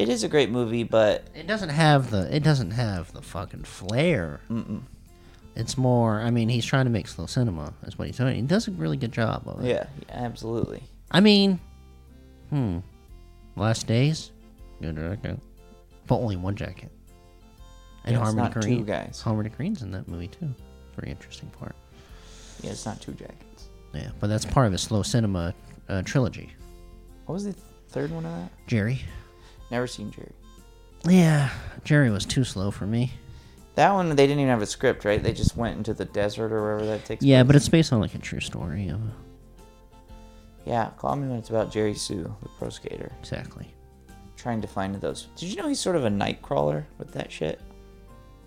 Speaker 1: It is a great movie, but
Speaker 2: it doesn't have the it doesn't have the fucking flair. Mm-mm. It's more. I mean, he's trying to make slow cinema. Is what he's doing. He does a really good job of it.
Speaker 1: yeah, absolutely.
Speaker 2: I mean, hmm. Last Days, good director, but only one jacket. And
Speaker 1: Yeah, it's
Speaker 2: Harmony
Speaker 1: not two
Speaker 2: Korine-
Speaker 1: guys.
Speaker 2: Harmony Korine's in that movie too. Very interesting part.
Speaker 1: Yeah, it's not two jackets.
Speaker 2: Yeah, but that's part of his slow cinema uh, trilogy.
Speaker 1: What was the th- third one of that?
Speaker 2: Jerry.
Speaker 1: Never seen Jerry.
Speaker 2: Yeah, Jerry was too slow for me.
Speaker 1: That one they didn't even have a script, right? They just went into the desert or wherever that takes.
Speaker 2: Yeah, but it's based on like a true story. Of,
Speaker 1: Yeah, call me when it's about Jerry Sue, the pro skater,
Speaker 2: exactly.
Speaker 1: trying to find those. Did you know he's sort of a night crawler with that shit?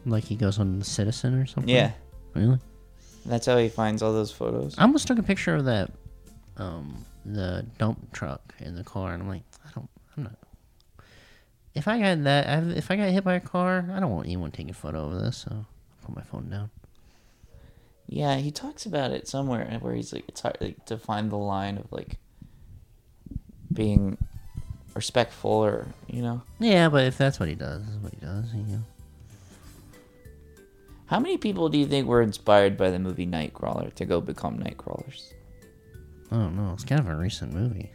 Speaker 2: Like he goes on the Citizen or something.
Speaker 1: Yeah,
Speaker 2: Really?
Speaker 1: and that's how he finds all those photos.
Speaker 2: I almost took a picture of that, um, the dump truck in the car, and I'm like, I don't, I'm not. If I got that, I- if I got hit by a car, I don't want anyone taking photo of this, so I'll put my phone down.
Speaker 1: Yeah, he talks about it somewhere where he's like, it's hard like, to find the line of like being respectful or you know.
Speaker 2: Yeah, but if that's what he does, that's what he does. You know.
Speaker 1: How many people do you think were inspired by the movie Nightcrawler to go become Nightcrawlers?
Speaker 2: I don't know. It's kind of a recent movie.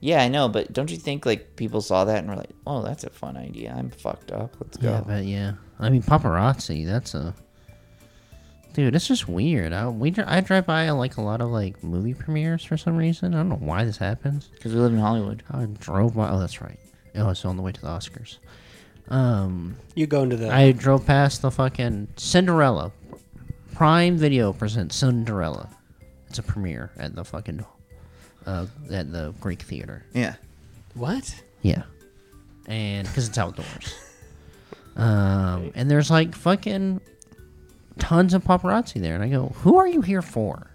Speaker 1: Yeah, I know, but don't you think like people saw that and were like, "Oh, that's a fun idea. I'm fucked up. Let's go."
Speaker 2: Yeah, but yeah, I mean paparazzi. That's a dude. It's just weird. I we dri- I drive by like a lot of like movie premieres for some reason. I don't know why this happens.
Speaker 1: Because we live in Hollywood.
Speaker 2: I drove by. Oh, that's right. Oh, it's on the way to the Oscars. Um,
Speaker 3: You go into the.
Speaker 2: I drove past the fucking Cinderella. Prime Video presents Cinderella. It's a premiere at the fucking uh, at the Greek theater.
Speaker 1: Yeah.
Speaker 3: what?
Speaker 2: Yeah, and because it's outdoors. Um, and there's like fucking tons of paparazzi there, and I go, "Who are you here for?"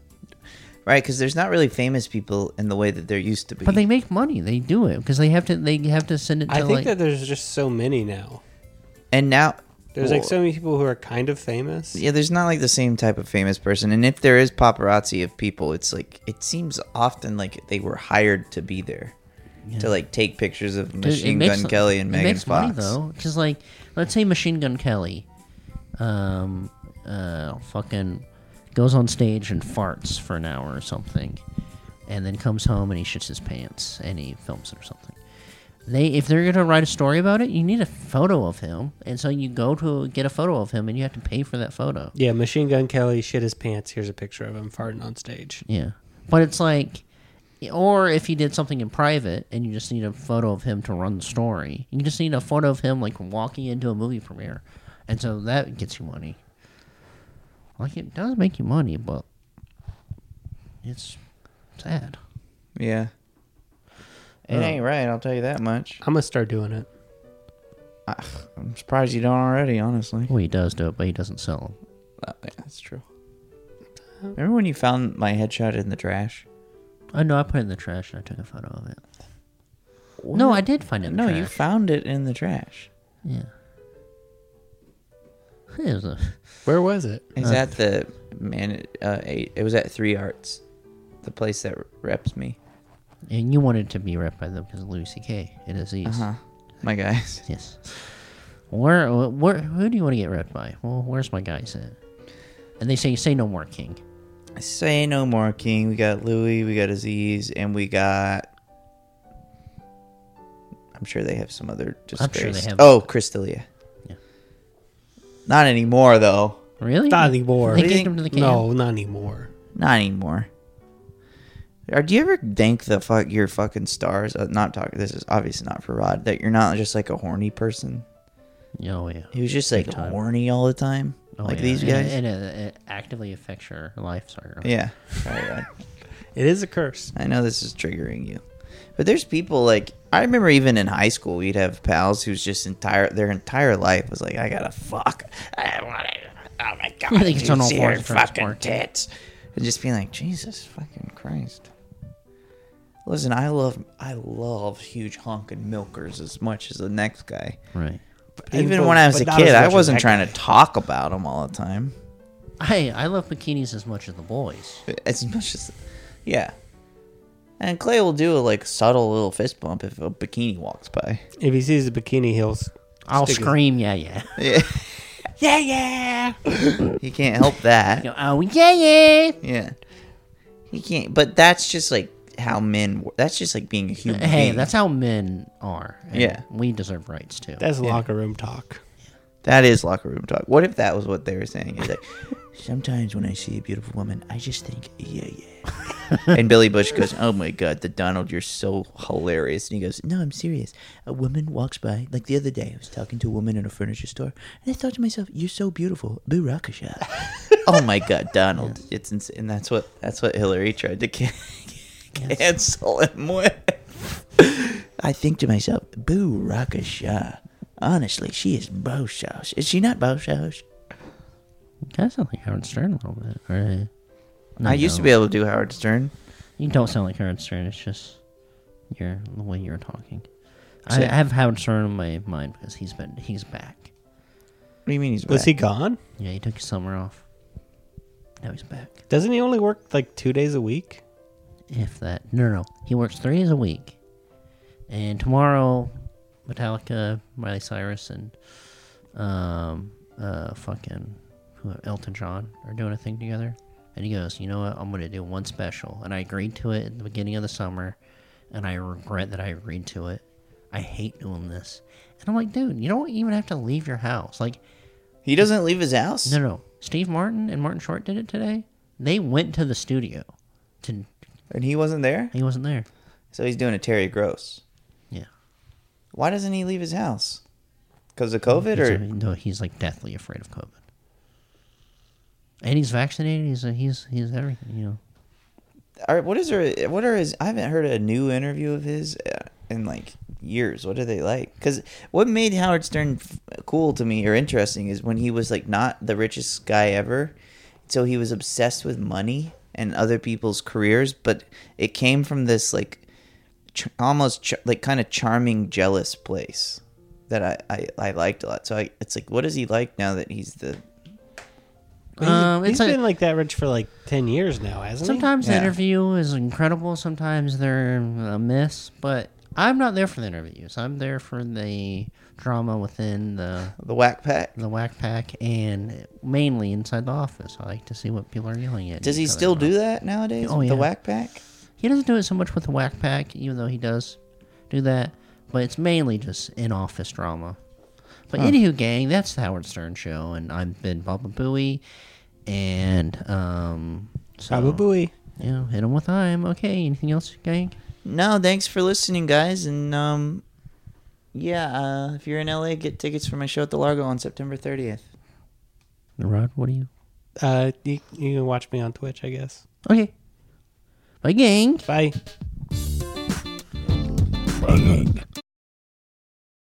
Speaker 1: Right, because there's not really famous people in the way that there used to be.
Speaker 2: But they make money. They do it because they have to. They have to send it. To
Speaker 3: I think
Speaker 2: like,
Speaker 3: that there's just so many now.
Speaker 1: and now
Speaker 3: There's like
Speaker 1: Well-
Speaker 3: so many people who are kind of famous.
Speaker 1: Yeah, there's not like the same type of famous person, and if there is paparazzi of people, it's like it seems often like they were hired to be there to like take pictures of
Speaker 2: Dude, it
Speaker 1: Machine
Speaker 2: makes-
Speaker 1: Gun Kelly and
Speaker 2: it
Speaker 1: Megan
Speaker 2: makes
Speaker 1: Fox.
Speaker 2: Money, though, because like, let's say Machine Gun Kelly, um, uh, fucking goes on stage and farts for an hour or something, and then comes home and he shits his pants and he films it or something. They, if they're gonna write a story about it, you need a photo of him, and so you go to get a photo of him, and you have to pay for that photo.
Speaker 3: Yeah, Machine Gun Kelly shit his pants. Here's a picture of him farting on stage.
Speaker 2: Yeah. But it's like i- Or if he did something in private and you just need a photo of him to run the story, you just need a photo of him like walking into a movie premiere, and so that gets you money. Like it does make you money, but it's sad.
Speaker 1: Yeah.
Speaker 2: Oh.
Speaker 1: It ain't right, I'll tell you that much.
Speaker 3: I'm gonna start doing it.
Speaker 1: I, I'm surprised you don't already, honestly.
Speaker 2: Well, he does do it, but he doesn't sell them.
Speaker 1: Uh, yeah, that's true. Remember when you found my headshot in the trash?
Speaker 2: I know Oh, I put it in the trash and I took a photo of it. No, I did find it. In the
Speaker 1: No, you
Speaker 2: trash.
Speaker 1: found it in the trash.
Speaker 2: Yeah. It was a-
Speaker 3: Where was it?
Speaker 2: Uh.
Speaker 1: It's at the man. Uh, eight, it was at Three Arts, the place that reps me.
Speaker 2: and you wanted to be rep by them because of Louis C.K. and Aziz.
Speaker 1: Huh. My guys.
Speaker 2: Yes. Where, where, who do you want to get repped by? Well, where's my guys at? And they say, say no more, King.
Speaker 1: Say no more, King. We got Louis, we got Aziz, and we got. I'm sure they have some other. Just
Speaker 2: I'm sure
Speaker 1: various-
Speaker 2: they have-
Speaker 1: Oh, Crystalia.
Speaker 2: Yeah.
Speaker 1: Not anymore, though.
Speaker 2: Really?
Speaker 3: Not anymore.
Speaker 2: They
Speaker 1: do you
Speaker 2: kicked
Speaker 1: think-
Speaker 2: him to the can.
Speaker 3: No, not anymore.
Speaker 1: Not anymore. Are, do you ever thank the fuck your fucking stars? Uh, not talking. This is obviously not for Rod. That you're not just like a horny person.
Speaker 2: Oh, yeah.
Speaker 1: He was just like
Speaker 2: time.
Speaker 1: horny all the time,
Speaker 2: Oh,
Speaker 1: like
Speaker 2: yeah.
Speaker 1: these
Speaker 2: And it-
Speaker 1: guys.
Speaker 2: And, it, it actively affects your life cycle.
Speaker 1: yeah, Sorry, Rod.
Speaker 3: It is a curse.
Speaker 1: I know this is triggering you, but there's people like I remember even in high school you'd have pals whose just entire their entire life was like I gotta fuck, I want to, oh my god,
Speaker 2: I think it's
Speaker 1: you
Speaker 2: on all
Speaker 1: see her
Speaker 2: fours for his
Speaker 1: fucking
Speaker 2: work.
Speaker 1: tits, and just being like Jesus fucking Christ. Listen, I love I love huge honking milkers as much as the next guy.
Speaker 2: Right.
Speaker 1: Even
Speaker 3: but-
Speaker 1: when I was
Speaker 3: but
Speaker 1: a
Speaker 3: not as
Speaker 1: kid,
Speaker 3: much
Speaker 1: I
Speaker 3: as
Speaker 1: wasn't
Speaker 3: that
Speaker 1: trying
Speaker 3: guy.
Speaker 1: to talk about them all the time.
Speaker 2: Hey, I love bikinis as much as the boys.
Speaker 1: as much as yeah and clay will do a like subtle little fist bump if a bikini walks by
Speaker 3: If he sees the bikini heels,
Speaker 2: I'll
Speaker 3: Stick his-
Speaker 2: scream, yeah, yeah.
Speaker 1: yeah yeah yeah he can't help that
Speaker 2: You know, oh, yeah, yeah.
Speaker 1: yeah he can't but that's just like how men wo- that's just like being a human
Speaker 2: Hey,
Speaker 1: being.
Speaker 2: that's how men are. and
Speaker 1: Yeah.
Speaker 2: We deserve rights, too.
Speaker 3: that's locker room talk.
Speaker 1: that is locker room talk what if that was what they were saying It's like sometimes when i see a beautiful woman i just think yeah yeah and billy bush goes oh my god the donald you're so hilarious and he goes
Speaker 8: No, I'm serious. A woman walks by, like the other day, I was talking to a woman in a furniture store, and I thought to myself, "You're so beautiful, Burakasha."
Speaker 1: oh my god donald it's ins- and that's what that's what hillary tried to can- cancel him with
Speaker 8: I think to myself, "Burakasha." Honestly, she is bow sauce. Is she not bow sauce?
Speaker 2: That sounds like Howard Stern a little bit. Right. No,
Speaker 1: i used to be able to do howard stern
Speaker 2: You don't sound like Howard Stern. It's just your the way you're talking. I, I have Howard Stern in my mind because he's been he's back.
Speaker 1: what do you mean he's
Speaker 3: Was
Speaker 1: back?
Speaker 3: he gone?
Speaker 2: Yeah, he took his summer off. Now he's back.
Speaker 3: Doesn't he only work like two days a week?
Speaker 2: If that no no he works three days a week, and tomorrow, Metallica, Miley Cyrus, and um uh fucking who- Elton John are doing a thing together. And he goes, you know what? I'm gonna do one special, and I agreed to it at the beginning of the summer, and I regret that I agreed to it. I hate doing this, and I'm like, dude, you don't even have to leave your house. Like,
Speaker 1: he doesn't leave his house
Speaker 2: no, no, Steve Martin and Martin Short did it today. They went to the studio. To
Speaker 1: and he wasn't there
Speaker 2: he wasn't there.
Speaker 1: so he's doing a terry gross
Speaker 2: Yeah.
Speaker 1: why doesn't he leave his house because of covid
Speaker 2: He's,
Speaker 1: or
Speaker 2: no, he's like deathly afraid of COVID. And he's vaccinated. He's he's he's everything. You know,
Speaker 1: or what is her what are his i haven't heard a new interview of his uh, in like years what are they like because what made howard stern f- cool to me or interesting is when he was like not the richest guy ever so he was obsessed with money and other people's careers but it came from this like ch- almost ch- like kind of charming jealous place that I, I i liked a lot so I, it's like what is he like now that he's the
Speaker 3: He's-
Speaker 2: Um, it's
Speaker 3: he's
Speaker 2: a-
Speaker 3: been like that rich for like ten years now, hasn't
Speaker 2: sometimes
Speaker 1: Yeah.
Speaker 2: the interview is incredible. Sometimes they're a miss. But I'm not there for the interviews. I'm there for the drama within the
Speaker 1: the whack pack
Speaker 2: the whack pack and mainly inside the office. I like to see what people are yelling at.
Speaker 1: does he
Speaker 2: each other
Speaker 1: still
Speaker 2: about.
Speaker 1: do that nowadays
Speaker 2: Oh,
Speaker 1: with the
Speaker 2: yeah.
Speaker 1: whack pack
Speaker 2: He doesn't do it so much with the whack pack, even though he does do that. But it's mainly just in office drama. But anywho, gang, that's the Howard Stern show, and I've been Baba Booey, and um,
Speaker 3: he?
Speaker 2: so
Speaker 3: Baba Booey.
Speaker 2: you know, hit them with I'm okay. Anything else, gang?
Speaker 1: No, thanks for listening, guys. And um, yeah, uh, if you're in LA, get tickets for my show at the Largo on September 30th.
Speaker 2: Rod, what are you?
Speaker 3: Uh, you, you can watch me on Twitch, I guess.
Speaker 2: Okay. Bye, gang.
Speaker 3: Bye.